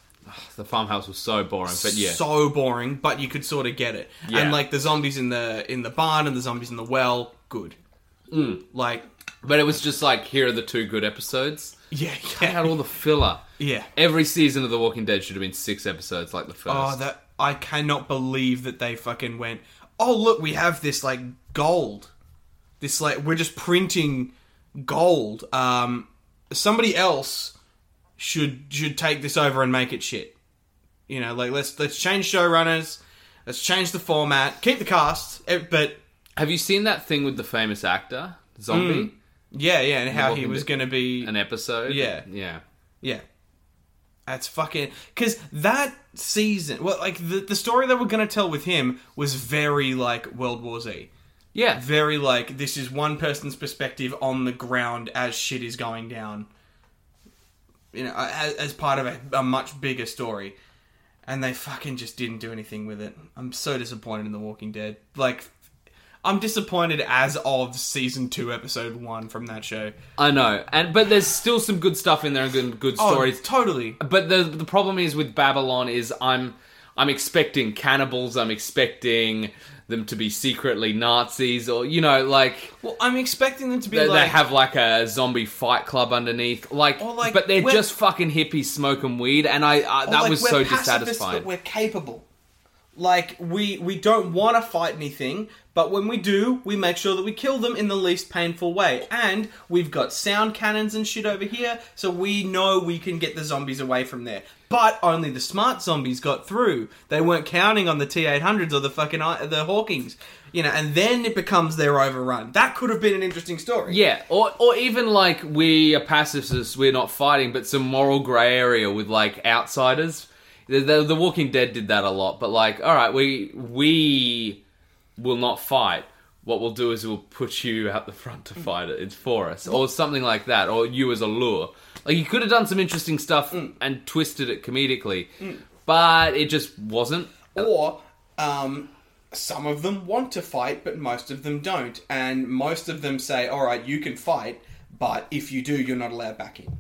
S2: the farmhouse was so boring, but yeah.
S1: so boring, but you could sort of get it.
S2: Yeah.
S1: And like the zombies in the in the barn and the zombies in the well, good.
S2: Hmm.
S1: Like,
S2: but it was just like, here are the two good episodes.
S1: yeah,
S2: They had
S1: yeah,
S2: all the filler.
S1: yeah.
S2: Every season of The Walking Dead should have been six episodes like the first.
S1: Oh, that I cannot believe that they fucking went. Oh, look, we have this like gold. This like we're just printing gold. Um, somebody else should should take this over and make it shit. You know, like let's let's change showrunners, let's change the format, keep the cast, eh, but
S2: have you seen that thing with the famous actor? Zombie?
S1: yeah, yeah, and how he
S2: Walking
S1: was
S2: Dead.
S1: going to be
S2: An episode?
S1: Mm. Yeah.
S2: Yeah.
S1: Yeah. That's fucking because that season, well, like the the story that we're gonna tell with him was very like World War Z,
S2: Yeah.
S1: very like this is one person's perspective on the ground as shit is going down, you know, as, as part of a, a much bigger story, and they fucking just didn't do anything with it. I'm so disappointed in The Walking Dead. Like, I'm disappointed as of season two, episode one from that show.
S2: I know. And but there's still some good stuff in there and good, good stories.
S1: Oh, totally.
S2: But the the problem is with Babylon is I'm I'm expecting cannibals. I'm expecting them to be secretly Nazis, or you know, like
S1: Well, I'm expecting them to be
S2: they,
S1: like
S2: they have like a zombie fight club underneath. Like,
S1: Or, like,
S2: but they're
S1: we're-
S2: just fucking hippies smoking weed, and I I
S1: Or,
S2: that
S1: like,
S2: was
S1: we're
S2: so
S1: pacifists,
S2: dissatisfying.
S1: But we're capable. Like we we don't want to fight anything, but when we do, we make sure that we kill them in the least painful way. And we've got sound cannons and shit over here, so we know we can get the zombies away from there. But only the smart zombies got through. They weren't counting on the T800s or the fucking I- the Hawkings, you know. And then it becomes their overrun. That could have been an interesting story.
S2: Yeah, or or even like we are pacifists, we're not fighting, but some moral grey area with like outsiders. The, the, the Walking Dead did that a lot, but like, all right, we we will not fight. What we'll do is we'll put you out the front to fight it. It's for us, or something like that, or you as a lure. Like you could have done some interesting stuff
S1: Mm.
S2: and twisted it comedically, but it just wasn't.
S1: Or um, some of them want to fight, but most of them don't. And most of them say, all right, you can fight, but if you do, you're not allowed back in.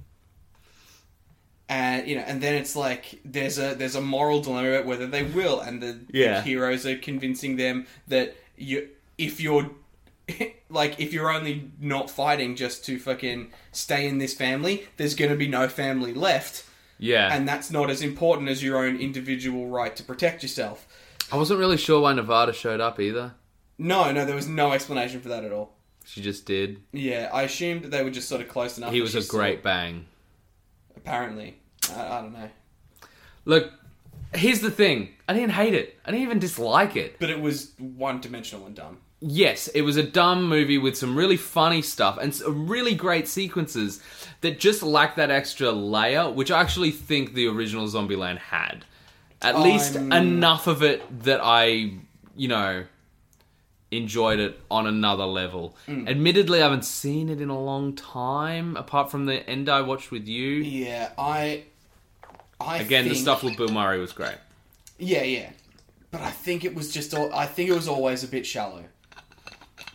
S1: And you know, and then it's like there's a there's a moral dilemma about whether they will, and the,
S2: Yeah.
S1: the heroes are convincing them that you if you're like if you're only not fighting just to fucking stay in this family, there's gonna be no family left,
S2: Yeah,
S1: and that's not as important as your own individual right to protect yourself.
S2: I wasn't really sure why Nevada showed up either.
S1: No, no, there was no explanation for that at all.
S2: She just did.
S1: Yeah, I assumed that they were just sort of close enough.
S2: He
S1: that
S2: was
S1: she
S2: a
S1: saw-
S2: great bang.
S1: Apparently, I, I don't know,
S2: Look, here's the thing. I didn't hate it. I didn't even dislike it.
S1: but it was one dimensional and dumb.
S2: yes, it was a dumb movie with some really funny stuff and some really great sequences that just lack that extra layer, which I actually think the original Zombieland had. At least
S1: I'm-
S2: enough of it that I, you know, enjoyed it on another level. Admittedly, I haven't seen it in a long time, apart from the end I watched with you.
S1: Yeah, I. I
S2: Again, the
S1: think-
S2: stuff with Bill Murray was great.
S1: Yeah, yeah, but I think it was just. All, I think it was always a bit shallow.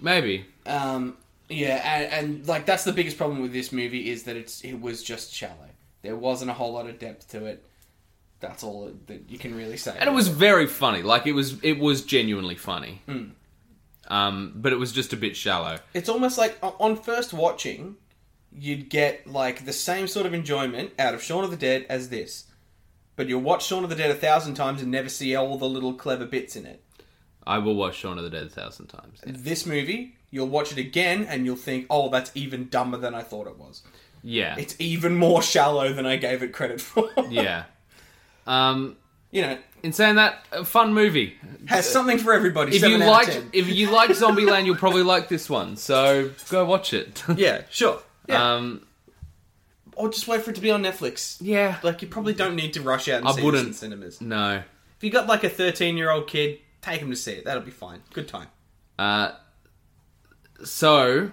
S2: Maybe.
S1: Um, yeah, and, and like that's the biggest problem with this movie is that it's it was just shallow. There wasn't a whole lot of depth to it. That's all that you can really say.
S2: and it was very funny. Like it was, it was genuinely funny.
S1: Hmm.
S2: Um, but it was just a bit shallow.
S1: It's almost like o- on first watching, you'd get like the same sort of enjoyment out of Shaun of the Dead as this, but you'll watch Shaun of the Dead a thousand times and never see all the little clever bits in it.
S2: I will watch Shaun of the Dead a thousand times.
S1: This movie, you'll watch it again and you'll think, "Oh, that's even dumber than I thought it was.
S2: Yeah,
S1: It's even more shallow than I gave it credit for."
S2: yeah. Um,
S1: you know,
S2: in saying that, a fun movie.
S1: has something for everybody.
S2: If you
S1: seven out of
S2: liked,
S1: 10.
S2: if you liked Zombieland, you'll probably like this one. So go watch it.
S1: yeah, sure, yeah,
S2: Um,
S1: or just wait for it to be on Netflix.
S2: yeah.
S1: Like you probably don't need to rush out and
S2: I
S1: see
S2: wouldn't.
S1: this in cinemas.
S2: No.
S1: If you got like a thirteen-year-old kid, take him to see it. That'll be fine. Good time.
S2: Uh, so,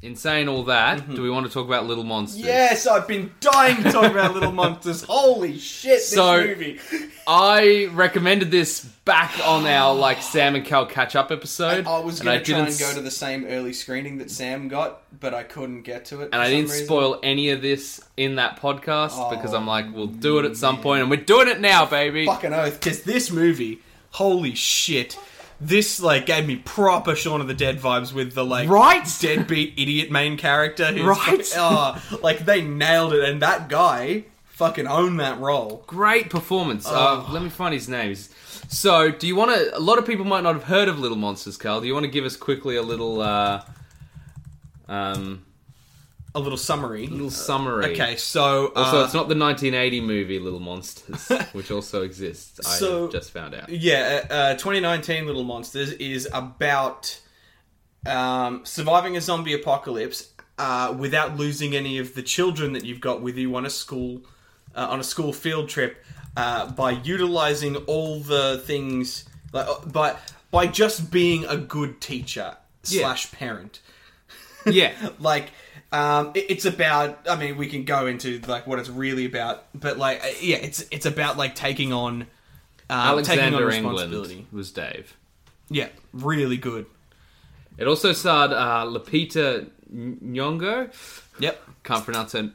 S2: in saying all that,
S1: Mm-hmm.
S2: do we want to talk about Little Monsters?
S1: Yes, I've been dying to talk about Little Monsters. Holy shit, this
S2: So-
S1: movie.
S2: I recommended this back on our like Sam and Cal catch up episode.
S1: I was
S2: and
S1: going to try and
S2: didn't
S1: go to the same early screening that Sam got, but I couldn't get to it.
S2: and I didn't spoil any of this in that podcast because
S1: Oh,
S2: I'm like, we'll do it at some point, and we're doing it now, baby.
S1: fucking oath because this movie, holy shit, this like gave me proper Shaun of the Dead vibes with the like
S2: Right?
S1: deadbeat idiot main character. Who's
S2: Right?
S1: uh, like they nailed it, and that guy fucking owned that role.
S2: Great performance. Uh, let me find his name. He's- So, do you want to? A lot of people might not have heard of Little Monsters, Carl. Do you want to give us quickly a little, uh, um,
S1: A little summary.
S2: little summary?
S1: Okay, so uh,
S2: So it's not the 1980 movie Little Monsters, which also exists. I
S1: So-
S2: just found out.
S1: Yeah, uh, uh, 2019 Little Monsters is about um, surviving a zombie apocalypse uh, without losing any of the children that you've got with you on a school uh, on a school field trip uh, by utilizing all the things like uh, by by just being a good teacher
S2: Yeah.
S1: slash parent
S2: Yeah,
S1: like um, it- it's about i mean we can go into like what it's really about but like uh, yeah it's it's about like taking on uh, taking on
S2: Alexander
S1: responsibility
S2: England was Dave.
S1: yeah really good
S2: It also starred uh, Lupita Nyong'o.
S1: yep
S2: Can't pronounce her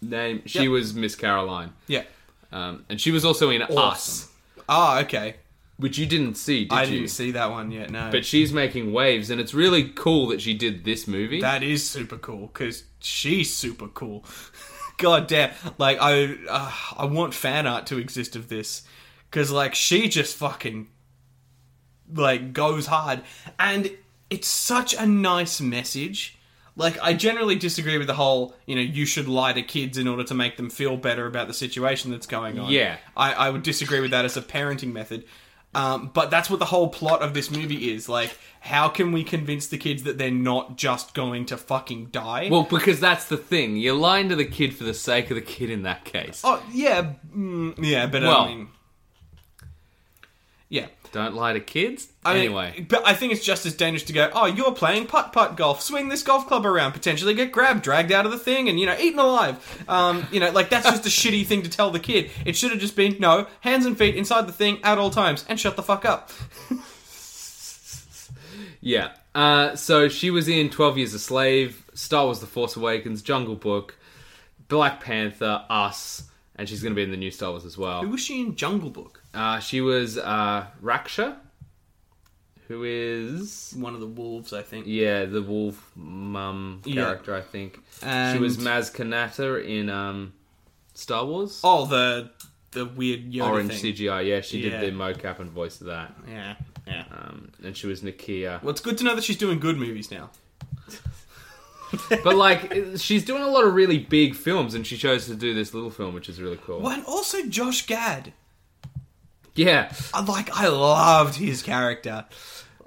S2: name. She
S1: Yep.
S2: was Miss Caroline,
S1: yeah
S2: um, and she was also in Us,
S1: Awesome. ah okay
S2: which you didn't see, did
S1: i
S2: you?
S1: didn't see that one yet no
S2: But she's making waves, and it's really cool that she did this movie.
S1: that is super cool because she's super cool god damn like i uh, i want fan art to exist of this because like she just fucking like goes hard and it's such a nice message like i generally disagree with the whole you know you should lie to kids in order to make them feel better about the situation that's going on
S2: Yeah.
S1: i, I would disagree with that as a parenting method um, but that's what the whole plot of this movie is like how can we convince the kids that they're not just going to fucking die
S2: well, because that's the thing. You're lying to the kid for the sake of the kid in that case.
S1: oh yeah mm, yeah but
S2: Well.
S1: i mean yeah
S2: Don't lie to kids.
S1: I mean,
S2: anyway.
S1: but I think it's just as dangerous to go. Oh, you're playing putt putt golf. Swing this golf club around, potentially get grabbed, dragged out of the thing, and you know, eaten alive. Um, you know, like that's just a shitty thing to tell the kid. It should have just been no hands and feet inside the thing at all times, and shut the fuck up.
S2: Yeah. Uh, so she was in 12 Years a Slave, Star Wars The Force Awakens, Jungle Book, Black Panther, Us, and she's going to be in the new Star Wars as
S1: Who
S2: well.
S1: was she in Jungle Book?
S2: Uh, she was uh, Raksha, who is.
S1: One of the wolves, I think.
S2: Yeah, the wolf mum
S1: Yeah.
S2: character, I think. She
S1: And-
S2: was Maz Kanata in um, Star Wars.
S1: Oh, the the weird Yoda
S2: Orange
S1: thing.
S2: CGI, yeah, she
S1: Yeah.
S2: did the mocap and voice of that.
S1: Yeah, yeah.
S2: Um, and she was Nakia.
S1: Well, it's good to know that she's doing good movies now.
S2: But like, she's doing a lot of really big films, and she chose to do this little film, which is really cool.
S1: Well, and also Josh Gad. Uh,
S2: Yeah,
S1: I- Like I loved his character.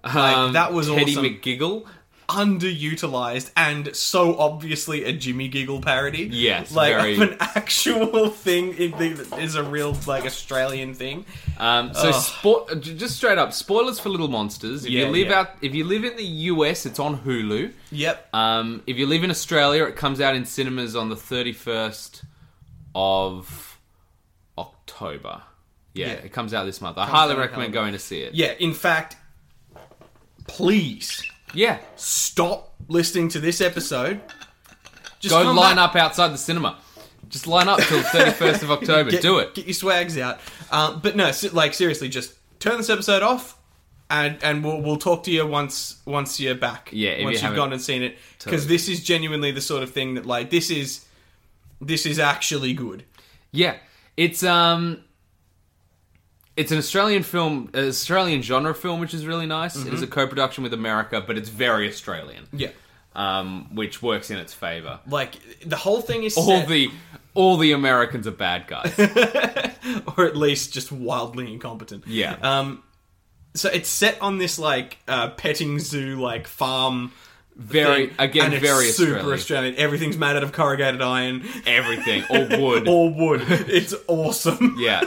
S1: Like, that was
S2: Um, Teddy
S1: awesome.
S2: McGiggle.
S1: underutilized and so obviously a Jimmy Giggle parody.
S2: Yes,
S1: like
S2: very.
S1: of an actual thing in the, that is a real like Australian thing.
S2: Um, so,
S1: Ugh.
S2: spo- j- just straight up spoilers for Little Monsters. If
S1: Yeah,
S2: you live
S1: yeah.
S2: out, if you live in the US, it's on Hulu.
S1: Yep.
S2: Um, if you live in Australia, it comes out in cinemas on the 31st of October. Yeah,
S1: Yeah.
S2: it comes out this month. I highly
S1: out on
S2: recommend
S1: Halloween.
S2: going to see it.
S1: yeah. In fact, please
S2: Yeah.
S1: stop listening to this episode. Just
S2: Go
S1: come
S2: line
S1: back-
S2: up outside the cinema. Just line up till 31st of October.
S1: Get,
S2: Do it.
S1: Get your swags out. Um, but no, se- like seriously, just turn this episode off. And, and we'll, we'll talk to you once once you're back.
S2: Yeah, if you
S1: once you've
S2: haven't-
S1: gone and seen it, because
S2: Totally.
S1: this is genuinely the sort of thing that like this is this is actually good.
S2: Yeah, it's um, it's an Australian film, uh, Australian genre film, which is really nice. It is a co-production with America, but it's very Australian,
S1: Mm-hmm. Yeah,
S2: um, which works in its favor.
S1: like the whole thing is
S2: All
S1: set,
S2: the all the Americans are bad guys.
S1: or at least just wildly incompetent.
S2: Yeah.
S1: Um, so it's set on this like uh, petting zoo like farm.
S2: Very
S1: thing,
S2: again,
S1: and it's
S2: very
S1: super
S2: Australian.
S1: Australian. Everything's made out of corrugated iron.
S2: Everything, all wood.
S1: All wood. It's awesome.
S2: yeah,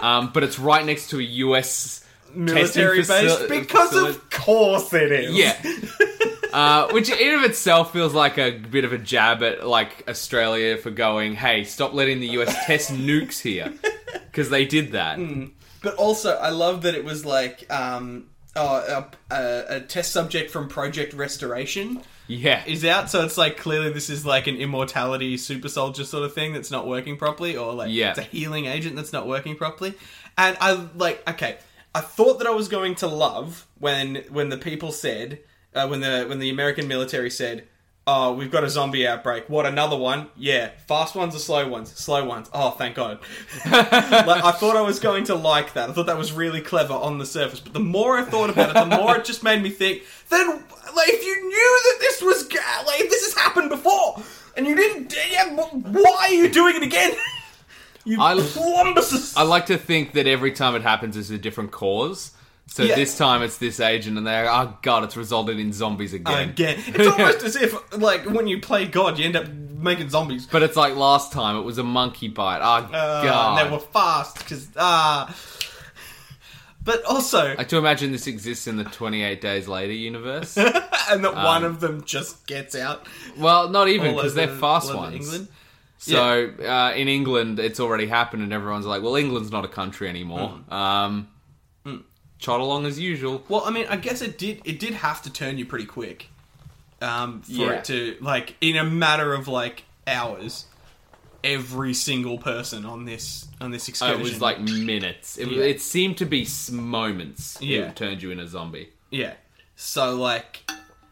S2: um, but it's right next to a U.S.
S1: Military
S2: testing
S1: base,
S2: faci-
S1: because
S2: facility.
S1: of course it is.
S2: Yeah. Uh, which in of itself feels like a bit of a jab at like Australia for going, hey, stop letting the US test nukes here, because they did that.
S1: Hmm. But also, I love that it was like um, oh, a, a, a test subject from Project Restoration.
S2: Yeah,
S1: is out, so it's like clearly this is like an immortality super soldier sort of thing that's not working properly, or like
S2: Yeah.
S1: it's a healing agent that's not working properly. And I like okay, I thought that I was going to love when when the people said uh, when the when the American military said. Oh, we've got a zombie outbreak. What another one? Yeah, fast ones or slow ones? Slow ones. Oh, thank God. like, I thought I was going to like that. I thought that was really clever on the surface. But the more I thought about it, the more it just made me think. Then, like, if you knew that this was g- like if this has happened before, and you didn't, yeah, wh- why are you doing it again? you
S2: I-
S1: plumbuses.
S2: I like to think that every time it happens, it's a different cause. So
S1: Yeah.
S2: this time it's this agent, and they're oh god, it's resulted in zombies again.
S1: again. It's almost as if, like, when you play God, you end up making zombies.
S2: but it's like last time, it was a monkey bite. Oh
S1: Uh,
S2: god.
S1: and they were fast because ah. but also,
S2: I do imagine this exists in the 28 Days Later universe.
S1: and
S2: Um,
S1: that one of them just gets out.
S2: well, not even,
S1: all
S2: because they're
S1: over-
S2: fast
S1: all over
S2: ones.
S1: England.
S2: So uh, in England, it's already happened, and everyone's like, "Well, England's not a country anymore."
S1: Mm.
S2: Um, Chod along as usual.
S1: Well, I mean, I guess it did. It did have to turn you pretty quick, um, for
S2: Yeah.
S1: it to like in a matter of like hours. Every single person on this on this excursion
S2: Oh, Uh, It was like minutes. It,
S1: Yeah.
S2: it seemed to be s- moments.
S1: Yeah.
S2: it turned you into a zombie.
S1: yeah. So like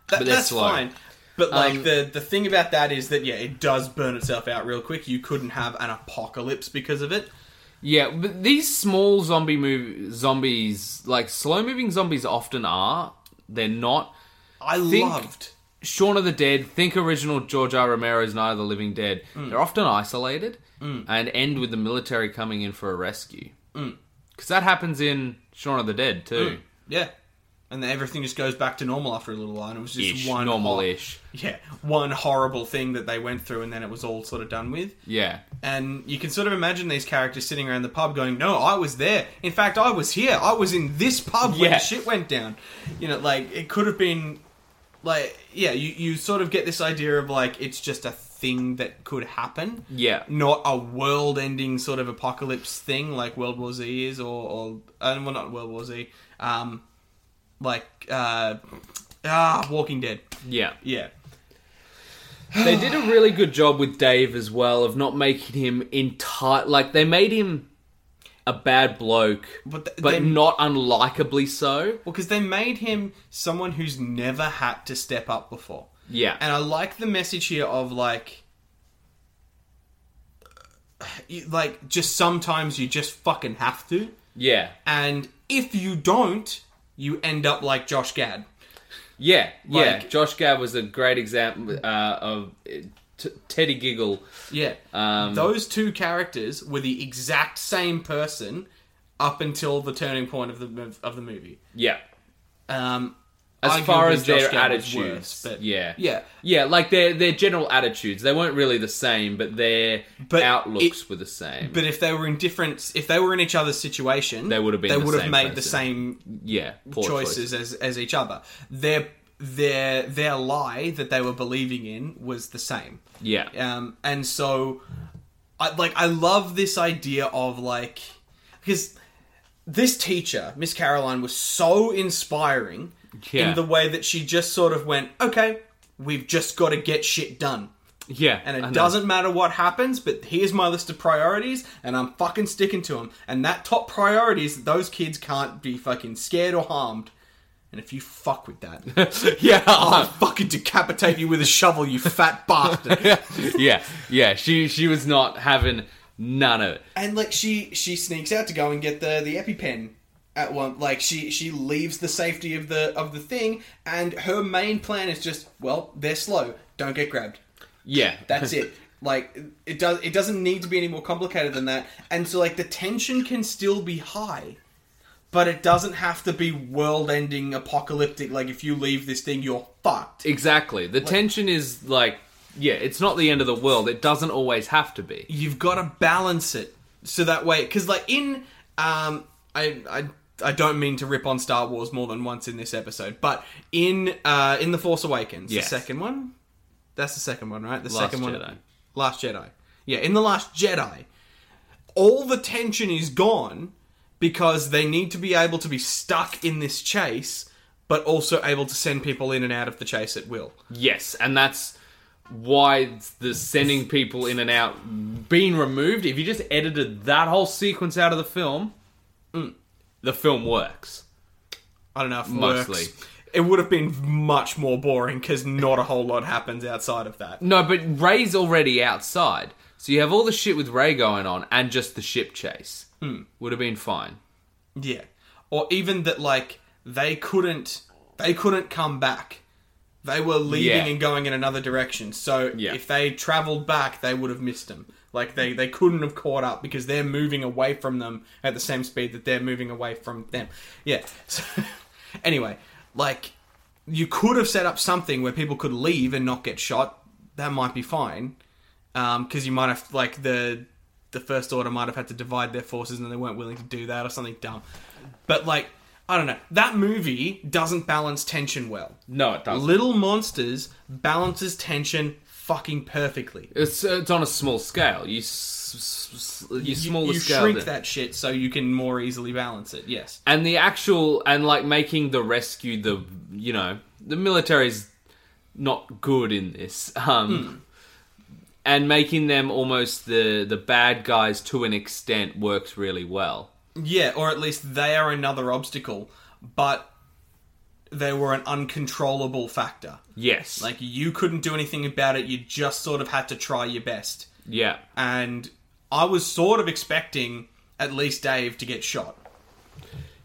S1: that,
S2: they're
S1: that's
S2: slow.
S1: fine. But like
S2: Um,
S1: the the thing about that is that yeah, it does burn itself out real quick. You couldn't have an apocalypse because of it.
S2: Yeah, but these small zombie move zombies, like slow moving zombies, often are. They're not.
S1: I
S2: Think-
S1: loved.
S2: Shaun of the Dead, think original George R. Romero's Night of the Living Dead.
S1: Mm.
S2: They're often isolated and end with the military coming in for a rescue.
S1: Mm.
S2: Because that happens in Shaun of the Dead too.
S1: Yeah. And then everything just goes back to normal after a little while, and it was just
S2: Ish,
S1: one
S2: normal-ish.
S1: yeah, one horrible thing that they went through, and then it was all sort of done with.
S2: Yeah.
S1: And you can sort of imagine these characters sitting around the pub going, No, I was there. In fact, I was here. I was in this pub when the
S2: Yeah.
S1: shit went down. You know, like, it could have been. Like, yeah, you, you sort of get this idea of, like, it's just a thing that could happen.
S2: Yeah.
S1: Not a world ending sort of apocalypse thing like World War Z is, or. or uh, well, not World War Z. Um, like, uh, ah, Walking Dead.
S2: Yeah.
S1: Yeah.
S2: They did a really good job with Dave as well of not making him entire like they made him a bad bloke
S1: But
S2: but,
S1: th- they-
S2: not unlikably so.
S1: Well, because they made him someone who's never had to step up before.
S2: Yeah.
S1: And I like the message here of like, you- like just sometimes you just fucking have to,
S2: yeah.
S1: and if you don't, you end up like Josh Gad.
S2: Yeah. yeah.
S1: Like-
S2: Josh Gad was a great example uh, of uh, t- Teddy Giggle.
S1: Yeah,
S2: Um,
S1: those two characters were the exact same person up until the turning point of the mov- of the movie.
S2: Yeah.
S1: Um,
S2: As far
S1: arguably
S2: as
S1: Josh
S2: their
S1: Gad was
S2: attitudes,
S1: worse, but
S2: yeah,
S1: yeah.
S2: yeah, like their their general attitudes. They weren't really the same, but their
S1: But
S2: outlooks were the same.
S1: But if they were in different, if they were in each other's situation,
S2: They would have been
S1: They
S2: the
S1: would have
S2: same
S1: made the
S2: person.
S1: same
S2: yeah, poor
S1: choices as as each other. Their their their lie that they were believing in was the same.
S2: Yeah,
S1: Um, and so, I like I love this idea of like because this teacher, Miss Caroline, was so inspiring
S2: Yeah.
S1: in the way that she just sort of went, okay, we've just got to get shit done.
S2: yeah,
S1: And
S2: I
S1: it
S2: know.
S1: doesn't matter what happens, but here's my list of priorities, and I'm fucking sticking to them. And that top priority is that those kids can't be fucking scared or harmed. And if you fuck with that,
S2: yeah,
S1: I'll fucking decapitate you with a shovel, you fat bastard.
S2: yeah, yeah. She she was not having none of it.
S1: and like she she sneaks out to go and get the the EpiPen at one like she she leaves the safety of the of the thing and her main plan is just well they're slow don't get grabbed
S2: Yeah,
S1: That's it. Like it does. It doesn't need to be any more complicated than that. And so, like the tension can still be high, but it doesn't have to be world-ending, apocalyptic. Like if you leave this thing, you're fucked.
S2: exactly. The tension is like, yeah, it's not the end of the world. It doesn't always have to be.
S1: You've got to balance it so that way. Because like in, um, I I I don't mean to rip on Star Wars more than once in this episode, but in uh in the Force Awakens,
S2: Yes.
S1: the second one, that's the second one, right? The
S2: Last
S1: second
S2: Jedi.
S1: one, Last Jedi. Yeah, in the Last Jedi. all the tension is gone because they need to be able to be stuck in this chase, but also able to send people in and out of the chase at will.
S2: Yes, and that's why the sending people in and out being removed. If you just edited that whole sequence out of the film, mm, the film works.
S1: I don't know if it
S2: Mostly.
S1: works. It would have been much more boring because not a whole lot happens outside of that.
S2: No, but Ray's already outside, so you have all the shit with Ray going on, and just the ship chase would have been fine.
S1: Yeah, or even that like they couldn't they couldn't come back. They were leaving
S2: Yeah.
S1: and going in another direction. So
S2: Yeah.
S1: if they traveled back, they would have missed them. Like they they couldn't have caught up because they're moving away from them at the same speed that they're moving away from them. Yeah. So, anyway, like you could have set up something where people could leave and not get shot. That might be fine because you might have like the the first order might have had to divide their forces and they weren't willing to do that or something dumb. But like I don't know, that movie doesn't balance tension well.
S2: No, it doesn't.
S1: Little Monsters balances tension fucking perfectly.
S2: It's it's on a small scale. You s- s- you smaller
S1: you, you
S2: scale.
S1: shrink
S2: than-
S1: that shit so you can more easily balance it. Yes.
S2: and the actual and like making the rescue the you know the military's not good in this um
S1: Hmm.
S2: and making them almost the the bad guys to an extent works really well
S1: Yeah, or at least they are another obstacle, but they were an uncontrollable factor.
S2: yes
S1: Like you couldn't do anything about it. You just sort of had to try your best.
S2: yeah
S1: and I was sort of expecting at least Dave to get shot.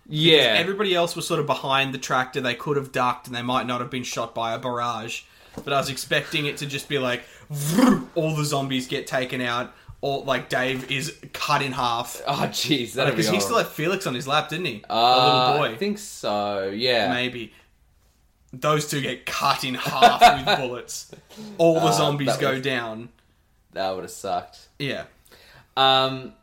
S2: yeah
S1: Everybody else was sort of behind the tractor. They could have ducked, and they might not have been shot by a barrage. But I was expecting it to just be like, vroom, all the zombies get taken out, or like Dave is cut in half
S2: oh jeez that'd
S1: because
S2: be
S1: he still
S2: horrible.
S1: had Felix on his lap, didn't he?
S2: Uh,
S1: a little boy,
S2: I think so yeah
S1: maybe. Those two get cut in half with bullets. All the zombies
S2: Uh, that
S1: go
S2: was-
S1: down.
S2: that would have sucked
S1: Yeah.
S2: um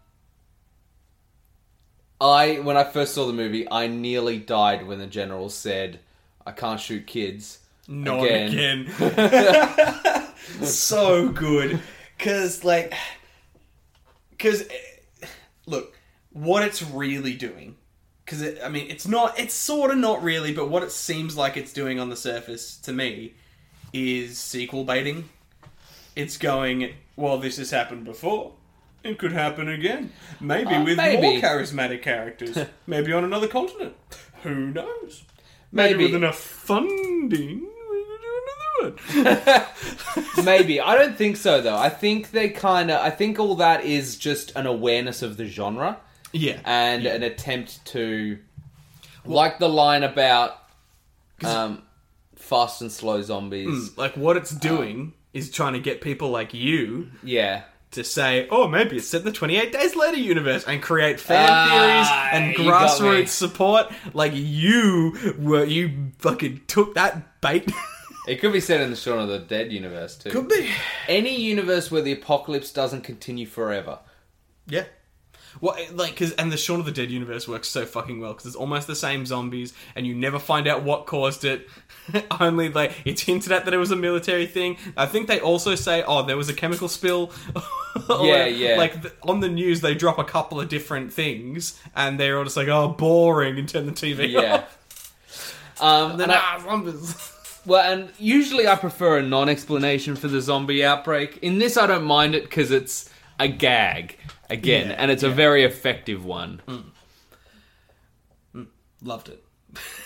S2: I when I first saw the movie I nearly died when the general said I can't shoot kids
S1: No again. so good. Cause like cause eh, look, what it's really doing cuz it, I mean it's not it's sort of not really, but what it seems like it's doing on the surface to me is sequel baiting. It's going, well this has happened before. It could happen again. Maybe
S2: Uh,
S1: with more
S2: maybe.
S1: charismatic characters. maybe on another continent. Who knows?
S2: Maybe.
S1: with enough funding, we could do another one.
S2: Maybe. I don't think so though. I think they kind of I think all that is just an awareness of the genre
S1: yeah,
S2: and an attempt to like the line about um fast and slow zombies.
S1: like what it's doing is trying to get people like you
S2: Yeah.
S1: to say, oh, maybe it's set in the 28 Days Later universe and create fan
S2: Ah,
S1: theories and
S2: you got me.
S1: grassroots support. Like, you were, you fucking took that bait.
S2: It could be set in the Shaun of the Dead universe too.
S1: Could be.
S2: Any universe where the apocalypse doesn't continue forever.
S1: Yeah. Well, it- like, cause, and the Shaun of the Dead universe works so fucking well because it's almost the same zombies, and you never find out what caused it. Only like it's hinted at that it was a military thing. I think they also say, "Oh, there was a chemical spill." Or,
S2: Yeah, yeah.
S1: Like th- on the news, they drop a couple of different things, and they're all just like, "Oh, boring," and turn the TV
S2: Yeah.
S1: off.
S2: Um,
S1: And then
S2: and I-
S1: ah, zombies.
S2: well, and usually I prefer a non-explanation for the zombie outbreak. In this, I don't mind it because it's a gag again,
S1: Yeah, Mm.
S2: and it's a very effective one.
S1: Loved it.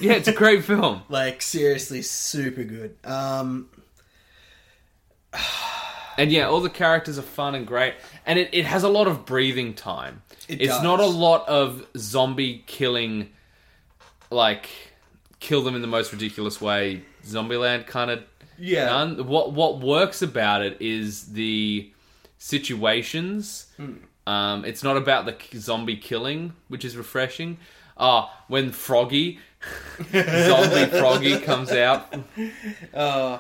S2: Yeah, it's a great film.
S1: Like seriously, super good. Um,
S2: And yeah, all the characters are fun and great. And it, it has a lot of breathing time.
S1: It
S2: it's
S1: does.
S2: not a lot of zombie killing, like, kill them in the most ridiculous way, Zombieland kind of.
S1: Yeah.
S2: None. What, what works about it is the situations.
S1: Hmm.
S2: Um, it's not about the k- zombie killing, which is refreshing. Ah, when Froggy, zombie Froggy comes out.
S1: uh,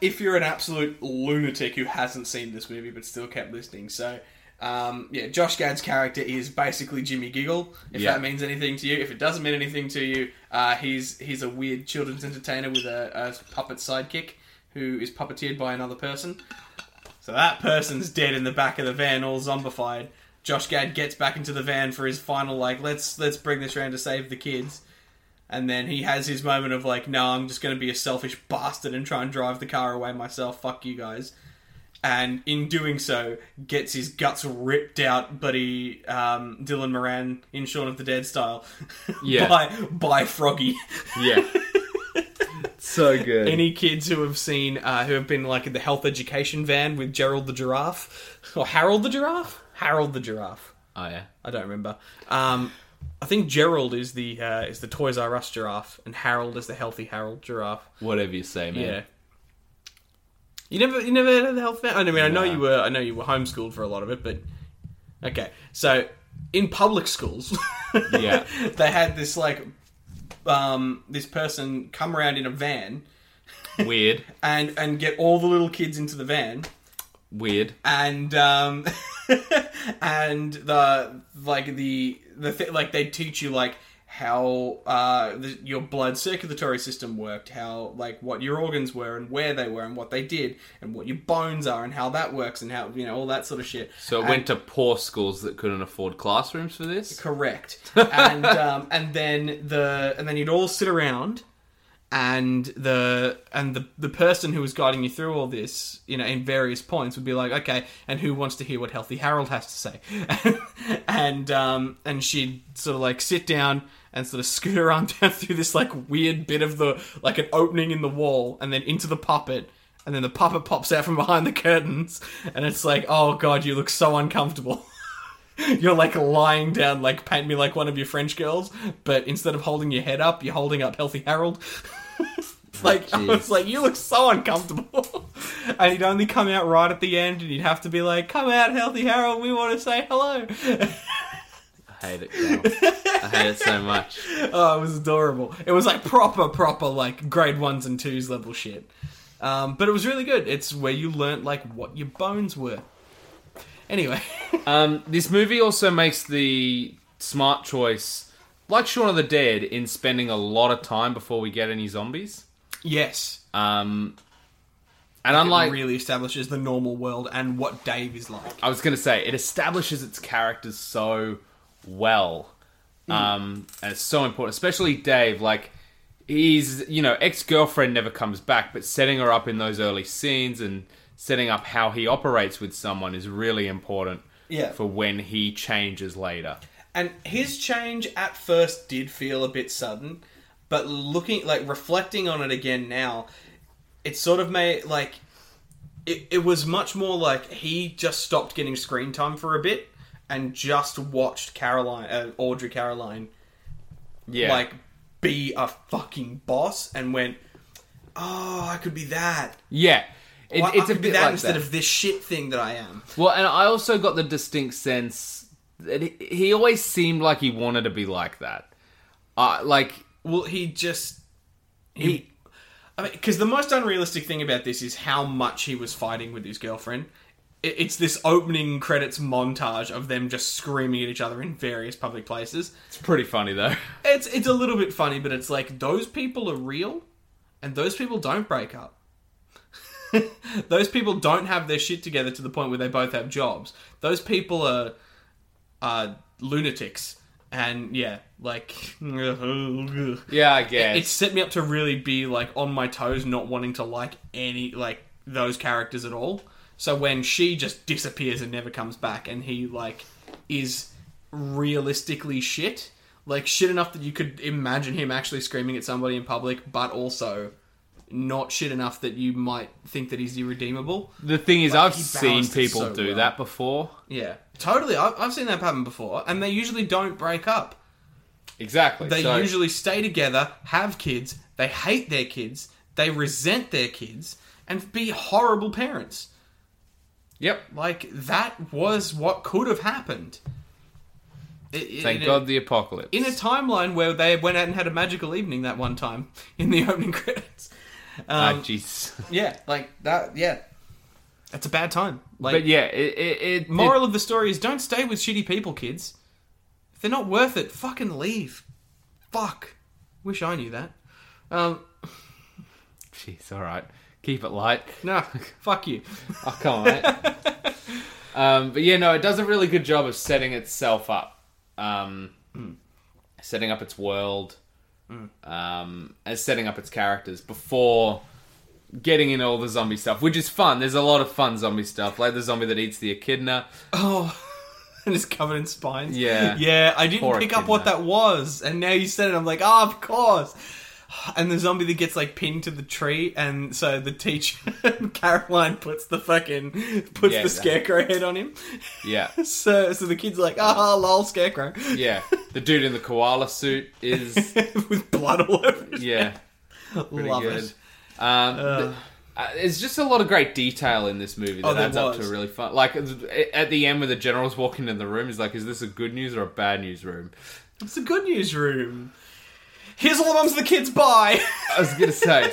S1: if you're an absolute lunatic who hasn't seen this movie but still kept listening. So, um, yeah, Josh Gad's character is basically Jimmy Giggle. If
S2: Yeah.
S1: that means anything to you, if it doesn't mean anything to you, uh, he's he's a weird children's entertainer with a, a puppet sidekick who is puppeteered by another person. So that person's dead in the back of the van, all zombified. Josh Gad gets back into the van for his final like, let's let's bring this round to save the kids. And then he has his moment of like, no, I'm just going to be a selfish bastard and try and drive the car away myself. Fuck you guys. And in doing so, gets his guts ripped out, buddy um, Dylan Moran in Shaun of the Dead style.
S2: Yeah.
S1: by, by Froggy.
S2: Yeah. so good.
S1: Any kids who have seen, uh, who have been like in the health education van with Gerald the Giraffe? Or Harold the Giraffe? Harold the Giraffe.
S2: oh, yeah.
S1: I don't remember. Um, I think Gerald is the uh, is the Toys R Us giraffe, and Harold is the healthy Harold giraffe.
S2: Whatever you say, man.
S1: Yeah. You never you never heard of the health fair? I mean, I know
S2: No.
S1: you were I know you were homeschooled for a lot of it, but okay. So in public schools,
S2: Yeah.
S1: they had this like um, this person come around in a van
S2: Weird.
S1: and and get all the little kids into the van
S2: Weird.
S1: and um, and the like the the th- like they teach you like how uh, the, your blood circulatory system worked, how like what your organs were and where they were and what they did and what your bones are and how that works and how you know all that sort of shit.
S2: So it
S1: And-
S2: went to poor schools that couldn't afford classrooms for this.
S1: correct, and um, and then the and then you'd all sit around. And the and the the person who was guiding you through all this, you know, in various points, would be like, okay, and who wants to hear what Healthy Harold has to say? and um, and she'd sort of like sit down and sort of scoot her arm down through this like weird bit of the like an opening in the wall, and then into the puppet, and then the puppet pops out from behind the curtains, and it's like, oh god, you look so uncomfortable. You're like lying down, like paint me like one of your French girls, but instead of holding your head up, you're holding up Healthy Harold. like I was
S2: jeez.
S1: like, you look so uncomfortable. and he'd only come out right at the end, and you'd have to be like, "Come out, Healthy Harold, we want to say hello."
S2: I hate it. Carl. I hate it so much.
S1: oh, it was adorable. It was like proper, proper like grade ones and twos level shit. Um, but it was really good. It's where you learnt like what your bones were. Anyway,
S2: Um, this movie also makes the smart choice, like Shaun of the Dead, in spending a lot of time before we get any zombies.
S1: yes,
S2: Um, and
S1: it
S2: unlike
S1: really establishes the normal world and what Dave is like.
S2: I was going to say, it establishes its characters so well.
S1: Mm.
S2: Um, and it's so important, especially Dave. Like, he's, you know, ex girlfriend never comes back, but setting her up in those early scenes and setting up how he operates with someone is really important
S1: Yeah.
S2: for when he changes later.
S1: And his change at first did feel a bit sudden, but looking like reflecting on it again now, it sort of made like it, it was much more like he just stopped getting screen time for a bit and just watched Caroline uh, Audrey Caroline
S2: Yeah.
S1: like be a fucking boss and went, "Oh, I could be that."
S2: yeah. It,
S1: Well, I
S2: it's a
S1: could be
S2: bit
S1: that
S2: like
S1: instead
S2: that.
S1: of this shit thing that I am.
S2: Well, and I also got the distinct sense that he, he always seemed like he wanted to be like that. Uh, like,
S1: Well, he just he. I mean, because the most unrealistic thing about this is how much he was fighting with his girlfriend. It, it's this opening credits montage of them just screaming at each other in various public places.
S2: it's pretty funny though.
S1: It's it's a little bit funny, but it's like those people are real, and those people don't break up. those people don't have their shit together to the point where they both have jobs. Those people are are lunatics, and yeah, like
S2: Yeah, I guess.
S1: it set me up to really be like on my toes, not wanting to like any like those characters at all. So when she just disappears and never comes back, and he like is realistically shit, like shit enough that you could imagine him actually screaming at somebody in public, but also not shit enough that you might think that he's irredeemable.
S2: the thing is, I've
S1: he balanced
S2: seen
S1: it
S2: people
S1: so
S2: do
S1: well.
S2: that before.
S1: Yeah, totally. I've, I've seen that happen before, and they usually don't break up.
S2: Exactly.
S1: They
S2: so-
S1: usually stay together, have kids, they hate their kids, they resent their kids, and be horrible parents.
S2: Yep.
S1: Like, that was what could have happened. I-
S2: Thank
S1: in a-
S2: God the apocalypse.
S1: in a timeline where they went out and had a magical evening that one time in the opening credits.
S2: Ah,
S1: Um,
S2: jeez.
S1: yeah, like that, yeah. That's a bad time. Like,
S2: But yeah, it. it, it
S1: moral of the story is don't stay with shitty people, kids. If they're not worth it, fucking leave. Fuck. Wish I knew that. Um,
S2: it- Jeez, all right. Keep it light.
S1: No, fuck you.
S2: I can't. um, but yeah, no, it does a really good job of setting itself up, um, setting up its world, um, and setting up its characters before getting into all the zombie stuff, which is fun. There's a lot of fun zombie stuff, like the zombie that eats the echidna.
S1: Oh, and it's covered in spines.
S2: Yeah.
S1: yeah. I didn't
S2: Poor
S1: pick
S2: kid,
S1: up what
S2: man.
S1: that was, and now you said it. I'm like, ah, of course. And the zombie that gets like pinned to the tree, and so the teacher Caroline puts the fucking puts
S2: Yeah,
S1: the
S2: that-
S1: scarecrow head on him.
S2: Yeah,
S1: So, so the kid's like, ah, lol, scarecrow.
S2: yeah. The dude in the koala suit is
S1: with blood all over. His
S2: yeah. pretty
S1: love
S2: good.
S1: it.
S2: Um, th- uh, there's just a lot of great detail in this movie that
S1: Oh, there
S2: adds up to
S1: was.
S2: a really fun. Like th- at the end, when the general's walking in the room, he's like, "Is this a good news or a bad news room?"
S1: It's a good news room. Here's all the ones the kids buy.
S2: I was gonna say.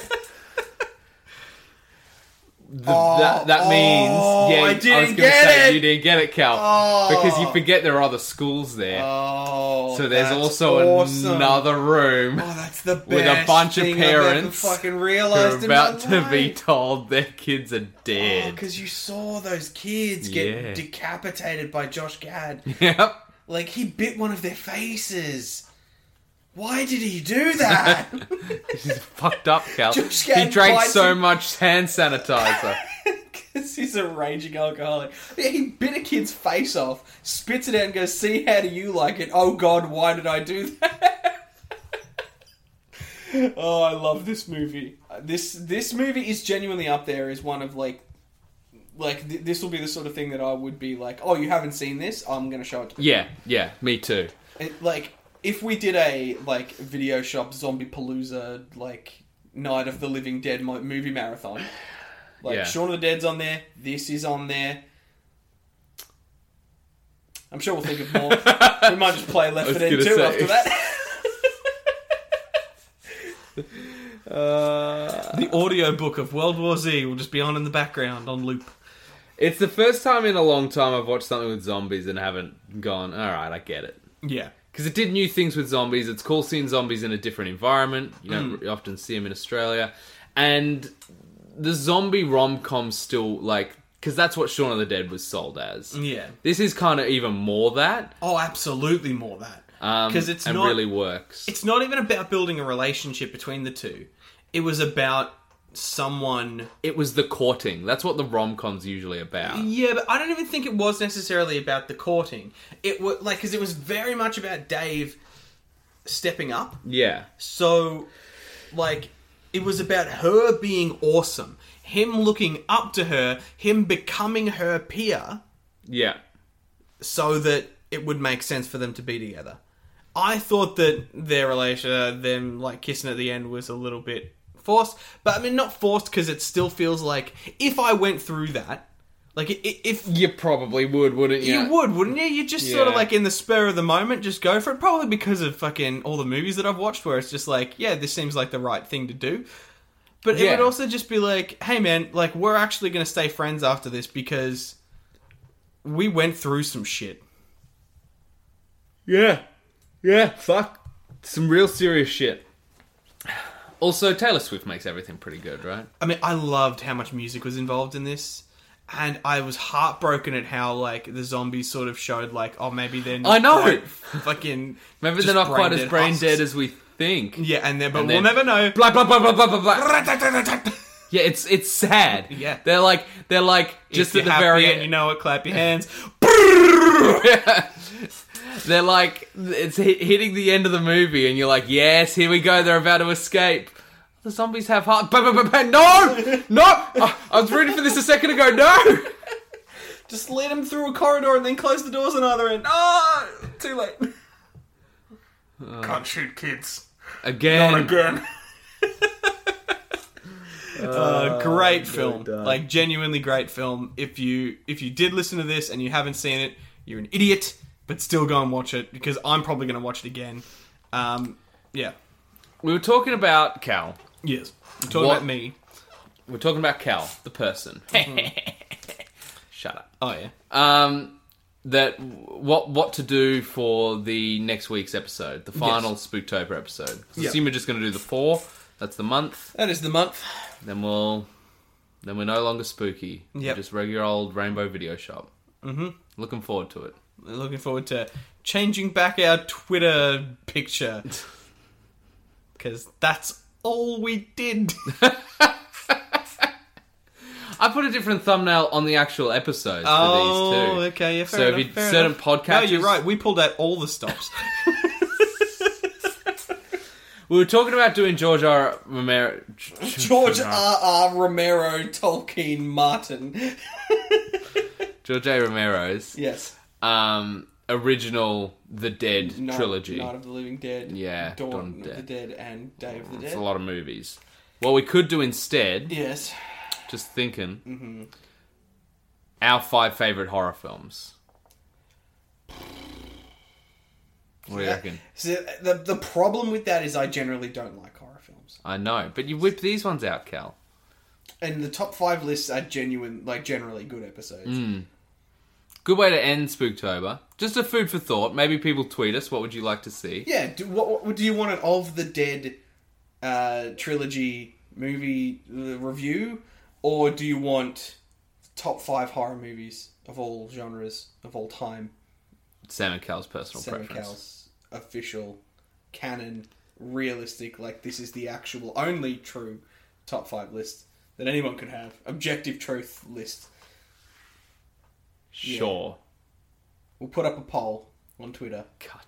S2: The,
S1: Oh,
S2: that that
S1: oh,
S2: means yeah.
S1: I
S2: I, was
S1: didn't
S2: gonna
S1: get
S2: say
S1: it.
S2: you didn't get it, Cal,
S1: Oh.
S2: because you forget there are other schools there.
S1: oh,
S2: so there's
S1: that's
S2: also
S1: awesome.
S2: another room
S1: Oh, that's the best
S2: With a bunch of
S1: thing I've ever
S2: parents
S1: fucking
S2: who are
S1: realized
S2: about
S1: Oh, in my
S2: to be
S1: life. Oh,
S2: told their kids are dead.
S1: because you saw those kids get
S2: Yeah.
S1: decapitated by Josh Gad.
S2: yep.
S1: Like he bit one of their faces. Why did he do that?
S2: He's fucked up, Cal.
S1: Josh
S2: He
S1: Gad
S2: drank
S1: bites
S2: so
S1: him.
S2: much hand sanitizer.
S1: Because he's a raging alcoholic. Yeah, he bit a kid's face off, spits it out, and goes, "See how do you like it? Oh God, why did I do that?" oh, I love this movie. Uh, This this movie is genuinely up there as one of like. Like th- this will be the sort of thing that I would be like, oh, you haven't seen this? I'm gonna show it to you.
S2: yeah, yeah, me too.
S1: It, like if we did a like video shop zombie palooza like night of the living dead mo- movie marathon like
S2: Yeah.
S1: Shaun of the Dead's on there this is on there I'm sure we'll think of more we might just play Left
S2: I was
S1: 4 Dead 2
S2: gonna say.
S1: after that
S2: Uh,
S1: the audio book of World War Z will just be on in the background on loop
S2: It's the first time in a long time I've watched something with zombies and haven't gone, alright, I get it.
S1: yeah
S2: Because it did new things with zombies. It's cool seeing zombies in a different environment. You don't
S1: Mm.
S2: r often see them in Australia. And the zombie rom com still, like, because that's what Shaun of the Dead was sold as.
S1: yeah
S2: This is kind of even more that.
S1: oh absolutely more that
S2: Because
S1: because it's
S2: Um, and
S1: not
S2: really works.
S1: it's not even about building a relationship between the two. It was about someone.
S2: It was the courting. That's what the rom com's usually about.
S1: Yeah, but I don't even think it was necessarily about the courting. It was like because it was very much about Dave stepping up.
S2: Yeah.
S1: So, like, it was about her being awesome, him looking up to her, him becoming her peer.
S2: Yeah.
S1: so that it would make sense for them to be together. I thought that their relation, uh, them like kissing at the end, was a little bit forced, but I mean not forced because it still feels like if I went through that, like i- i- if
S2: You probably would, wouldn't you?
S1: you would, wouldn't you? You just sort of
S2: Yeah.
S1: like in the spur of the moment, just go for it. Probably because of fucking all the movies that I've watched, where it's just like, yeah, this seems like the right thing to do. But it
S2: Yeah.
S1: would also just be like, hey man, like we're actually gonna stay friends after this because we went through some shit.
S2: Yeah. Yeah, fuck. Some real serious shit. Also, Taylor Swift makes everything pretty good, right?
S1: I mean, I loved how much music was involved in this. And I was heartbroken at how like the zombies sort of showed like oh maybe they're not
S2: I know!
S1: quite fucking
S2: Maybe
S1: just
S2: they're not quite as
S1: brain-dead
S2: brain
S1: husks.
S2: dead as we think.
S1: yeah and then but
S2: And
S1: we'll
S2: then-
S1: never know
S2: Blah blah blah blah blah blah blah.
S1: just
S2: Yeah, it's it's sad.
S1: Yeah.
S2: They're like they're like just at the very
S1: end
S2: end.
S1: you know it clap your hands
S2: They're like it's hit, hitting the end of the movie, and you're like, yes, here we go. They're about to escape. The zombies have heart. Bah, bah, bah, bah. No, no. I, I was rooting for this a second ago. No.
S1: just lead them through a corridor and then close the doors on either end oh too late
S2: Uh.
S1: can't shoot kids
S2: Again.
S1: again Uh, great film, like genuinely great film. If you if you did listen to this and you haven't seen it, you're an idiot. But still go and watch it because I'm probably going to watch it again. Um, yeah,
S2: We were talking about Cal.
S1: yes. I'm talking
S2: What-
S1: about me.
S2: We're talking about Cal, the person. Shut up.
S1: Oh yeah.
S2: Um, that what what to do for the next week's episode, the final Spooktober episode. 'Cause I
S1: Yeah.
S2: assume we're just going to do the four. That's the month.
S1: That is the month.
S2: Then we'll then we're no longer spooky. We're
S1: Yep.
S2: just regular old Rainbow Video Shop. Mm-hmm. Looking forward to it.
S1: Looking forward to changing back our Twitter picture because that's all we did.
S2: I put a different thumbnail on the actual episodes for
S1: oh,
S2: these two.
S1: okay. Yeah, fair
S2: So if
S1: enough,
S2: you-
S1: fair
S2: certain
S1: enough. No, you're
S2: podcatchers-
S1: right. We pulled out all the stops.
S2: We were talking about doing George R. Romero.
S1: George R. R. Romero, Tolkien, Martin.
S2: George A. Romero's
S1: Yes.
S2: um, original The Dead
S1: Night-
S2: trilogy.
S1: Night of the Living Dead.
S2: Yeah,
S1: Dawn,
S2: Dawn
S1: of
S2: of
S1: the Dead and Day of the
S2: It's
S1: Dead.
S2: a lot of movies. What we could do instead,
S1: Yes.
S2: just thinking,
S1: Mm-hmm.
S2: our five favorite horror films. What do you
S1: Yeah.
S2: reckon?
S1: So Uh, the the problem with that is I generally don't like horror films.
S2: I know, but you whip these ones out, Cal.
S1: And the top 5 lists are genuine like generally good episodes.
S2: Good way to end Spooktober. Just a food for thought. Maybe people tweet us. What would you like to see?
S1: Yeah, do what, what do you want an of the Dead uh, trilogy movie uh, review or do you want top 5 horror movies of all genres of all time?
S2: Sam and Cal's personal
S1: Sarah
S2: preference.
S1: Cowell's official canon, realistic, like this is the actual only true top five list that anyone could have. Objective truth list.
S2: Sure.
S1: We'll put up a poll on Twitter.
S2: God.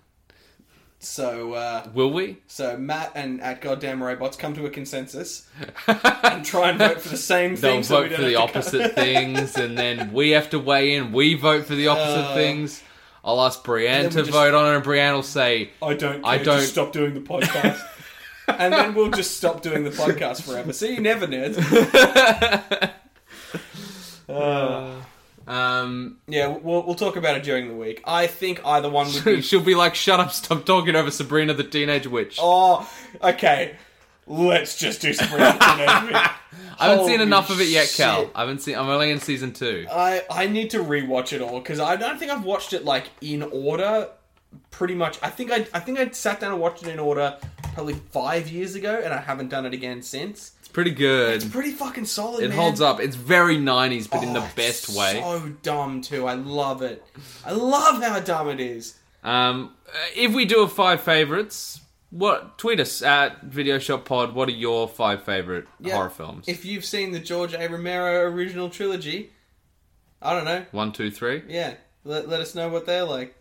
S1: So uh,
S2: Will we?
S1: so Matt and at Goddamn Robots come to a consensus and try and vote for the same thing.
S2: They'll
S1: so we
S2: vote
S1: don't
S2: for the
S1: have to
S2: opposite things, and then we have to weigh in. We vote for the opposite
S1: Uh,
S2: things. I'll ask Brianne
S1: then
S2: to
S1: we just-
S2: vote on it, and Brianne will say,
S1: I don't.
S2: I
S1: I don't
S2: don't-
S1: just stop doing the podcast. And then we'll just stop doing the podcast forever. See you never, nerds.
S2: um,
S1: Yeah, we'll, we'll talk about it during the week. I think either one would be
S2: she'll be like, shut up, stop talking over Sabrina the Teenage Witch.
S1: Oh, okay. Let's just do some I
S2: I haven't seen enough of it yet, Cal. I haven't seen. I'm only in season two.
S1: I, I need to rewatch it all because I don't think I've watched it like in order. Pretty much, I think I I think I sat down and watched it in order probably five years ago, and I haven't done it again since.
S2: It's pretty good.
S1: It's pretty fucking solid.
S2: Mm.
S1: Oh,
S2: it holds up. It's very 90s, but in the best way.
S1: So dumb too. I love it. I love how dumb it is.
S2: Um, uh, if we do a five favorites, what tweet us at Video Shop Pod. What are your five favorite
S1: Yeah.
S2: horror films?
S1: If you've seen the George A. Romero original trilogy, I don't know.
S2: One, two, three.
S1: Yeah, let, let us know what they're like.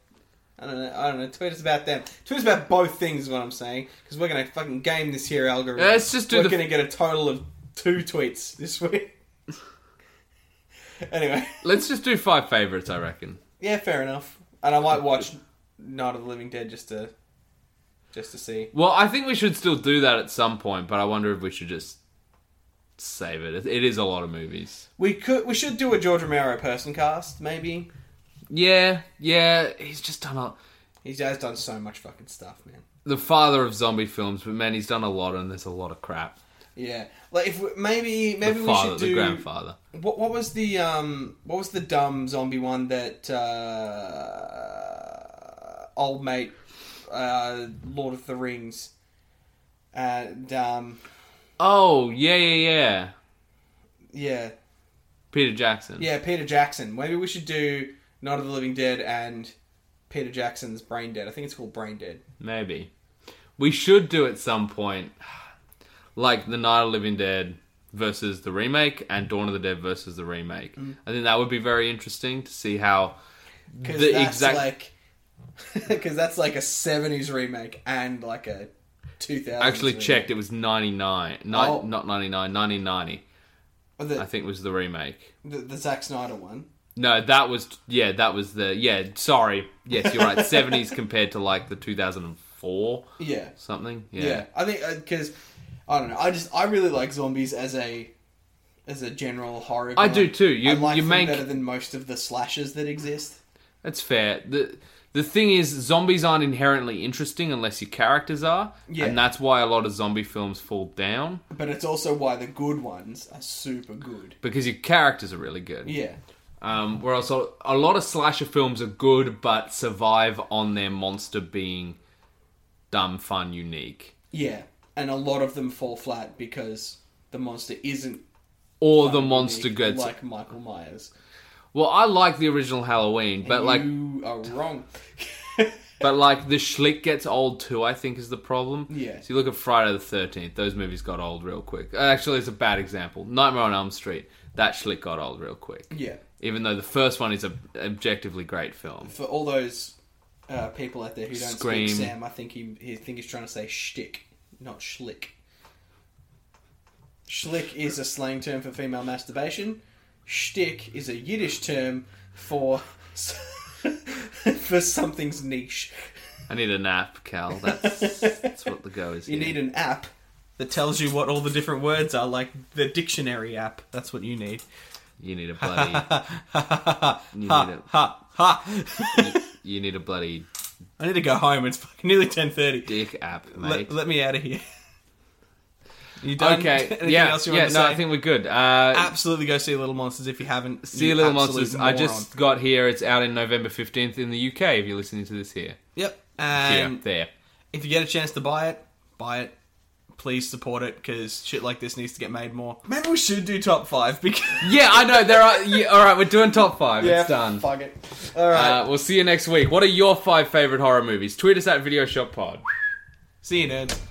S1: I don't know. I don't know. Tweet us about them. Tweet us about both things. Is what I'm saying because we're gonna fucking game this here algorithm.
S2: Yeah, let's just do
S1: We're
S2: the-
S1: gonna get a total of two tweets this week. anyway,
S2: Let's just do five favorites. I reckon.
S1: yeah, fair enough. And I might watch Night of the Living Dead just to just to see.
S2: Well, I think we should still do that at some point, but I wonder if we should just save it. It- It is a lot of movies.
S1: We could we should do a George Romero person cast maybe.
S2: Yeah, yeah. He's just done a
S1: He has done so much fucking stuff, man.
S2: the father of zombie films, but man, he's done a lot, and there's a lot of crap.
S1: Yeah, like if we, maybe
S2: The
S1: maybe we
S2: father,
S1: should
S2: the
S1: do
S2: grandfather.
S1: what what was the um what was the dumb zombie one that uh old mate uh Lord of the Rings and um
S2: Oh yeah, yeah, yeah.
S1: yeah
S2: Peter Jackson.
S1: yeah Peter Jackson maybe we should do Night of the Living Dead and Peter Jackson's Brain Dead I think it's called Brain Dead
S2: Maybe. We should do at some point, like The Night of the Living Dead versus the remake and Dawn of the Dead versus the remake.
S1: Mm.
S2: I think that would be very interesting to see how
S1: because
S2: the
S1: that's
S2: exact.
S1: like because that's like a seventies remake and like a two thousand
S2: actually checked, it was 99. Ni-
S1: Oh.
S2: Not 99, 1990, I
S1: the,
S2: think was the remake.
S1: the the Zack Snyder one
S2: No, that was. Yeah, that was the. Yeah, sorry. Yes, you're right. 70s compared to like the 2004
S1: yeah
S2: something.
S1: Yeah, I think because I don't know. I just I really like zombies as a as a general horror.
S2: I
S1: villain.
S2: do too. You-
S1: I like
S2: you
S1: them
S2: make-
S1: better than most of the slashes that exist.
S2: That's fair. The the thing is zombies aren't inherently interesting unless your characters are.
S1: Yeah.
S2: And that's why a lot of zombie films fall down.
S1: But it's also why the good ones are super good.
S2: Because your characters are really good.
S1: Yeah,
S2: Um, whereas a, a lot of slasher films are good but survive on their monster being dumb, fun, unique.
S1: yeah, and a lot of them fall flat because the monster isn't
S2: Or the monster
S1: unique
S2: gets
S1: like Michael Myers.
S2: Well, I like the original Halloween, but like
S1: you are wrong.
S2: but like the schlick gets old too, I think is the problem.
S1: Yeah.
S2: So you look at Friday the thirteenth, those movies got old real quick. Uh, Actually it's a bad example. Nightmare on Elm Street, that schlick got old real quick.
S1: yeah,
S2: even though the first one is a objectively great film.
S1: for all those uh, people out there who don't
S2: Scream.
S1: speak Sam, I think he, he think he's trying to say shtick, not schlick. Schlick is a slang term for female masturbation. Shtick is a Yiddish term for for something's niche.
S2: I need a nap, Cal. That's, that's what the go is.
S1: You
S2: here.
S1: need an app that tells you what all the different words are, like the dictionary app. That's what you need.
S2: you need a bloody
S1: Ha ha
S2: You need
S1: ha
S2: it.
S1: ha ha.
S2: you need a bloody
S1: I need to go home. It's fucking nearly ten thirty.
S2: dick app, mate.
S1: let, let me out of here. You done?
S2: okay,
S1: Anything
S2: yeah,
S1: else you
S2: yeah.
S1: want
S2: No,
S1: to say?
S2: I think we're good. Uh,
S1: absolutely go see Little Monsters if you haven't.
S2: See
S1: you
S2: you, Little
S1: absolute
S2: Monsters. I
S1: moron.
S2: just got here. It's out in November fifteenth in the UK. If you're listening to this here,
S1: yep.
S2: here,
S1: And
S2: there.
S1: if you get a chance to buy it, buy it. Please support it because shit like this needs to get made more. Maybe we should do top five because
S2: Yeah, I know there are. Yeah, all right, we're doing top five. it's done.
S1: Fuck it. All right.
S2: Uh, we'll see you next week. What are your five favorite horror movies? Tweet us at Video Shop Pod.
S1: see you nerds.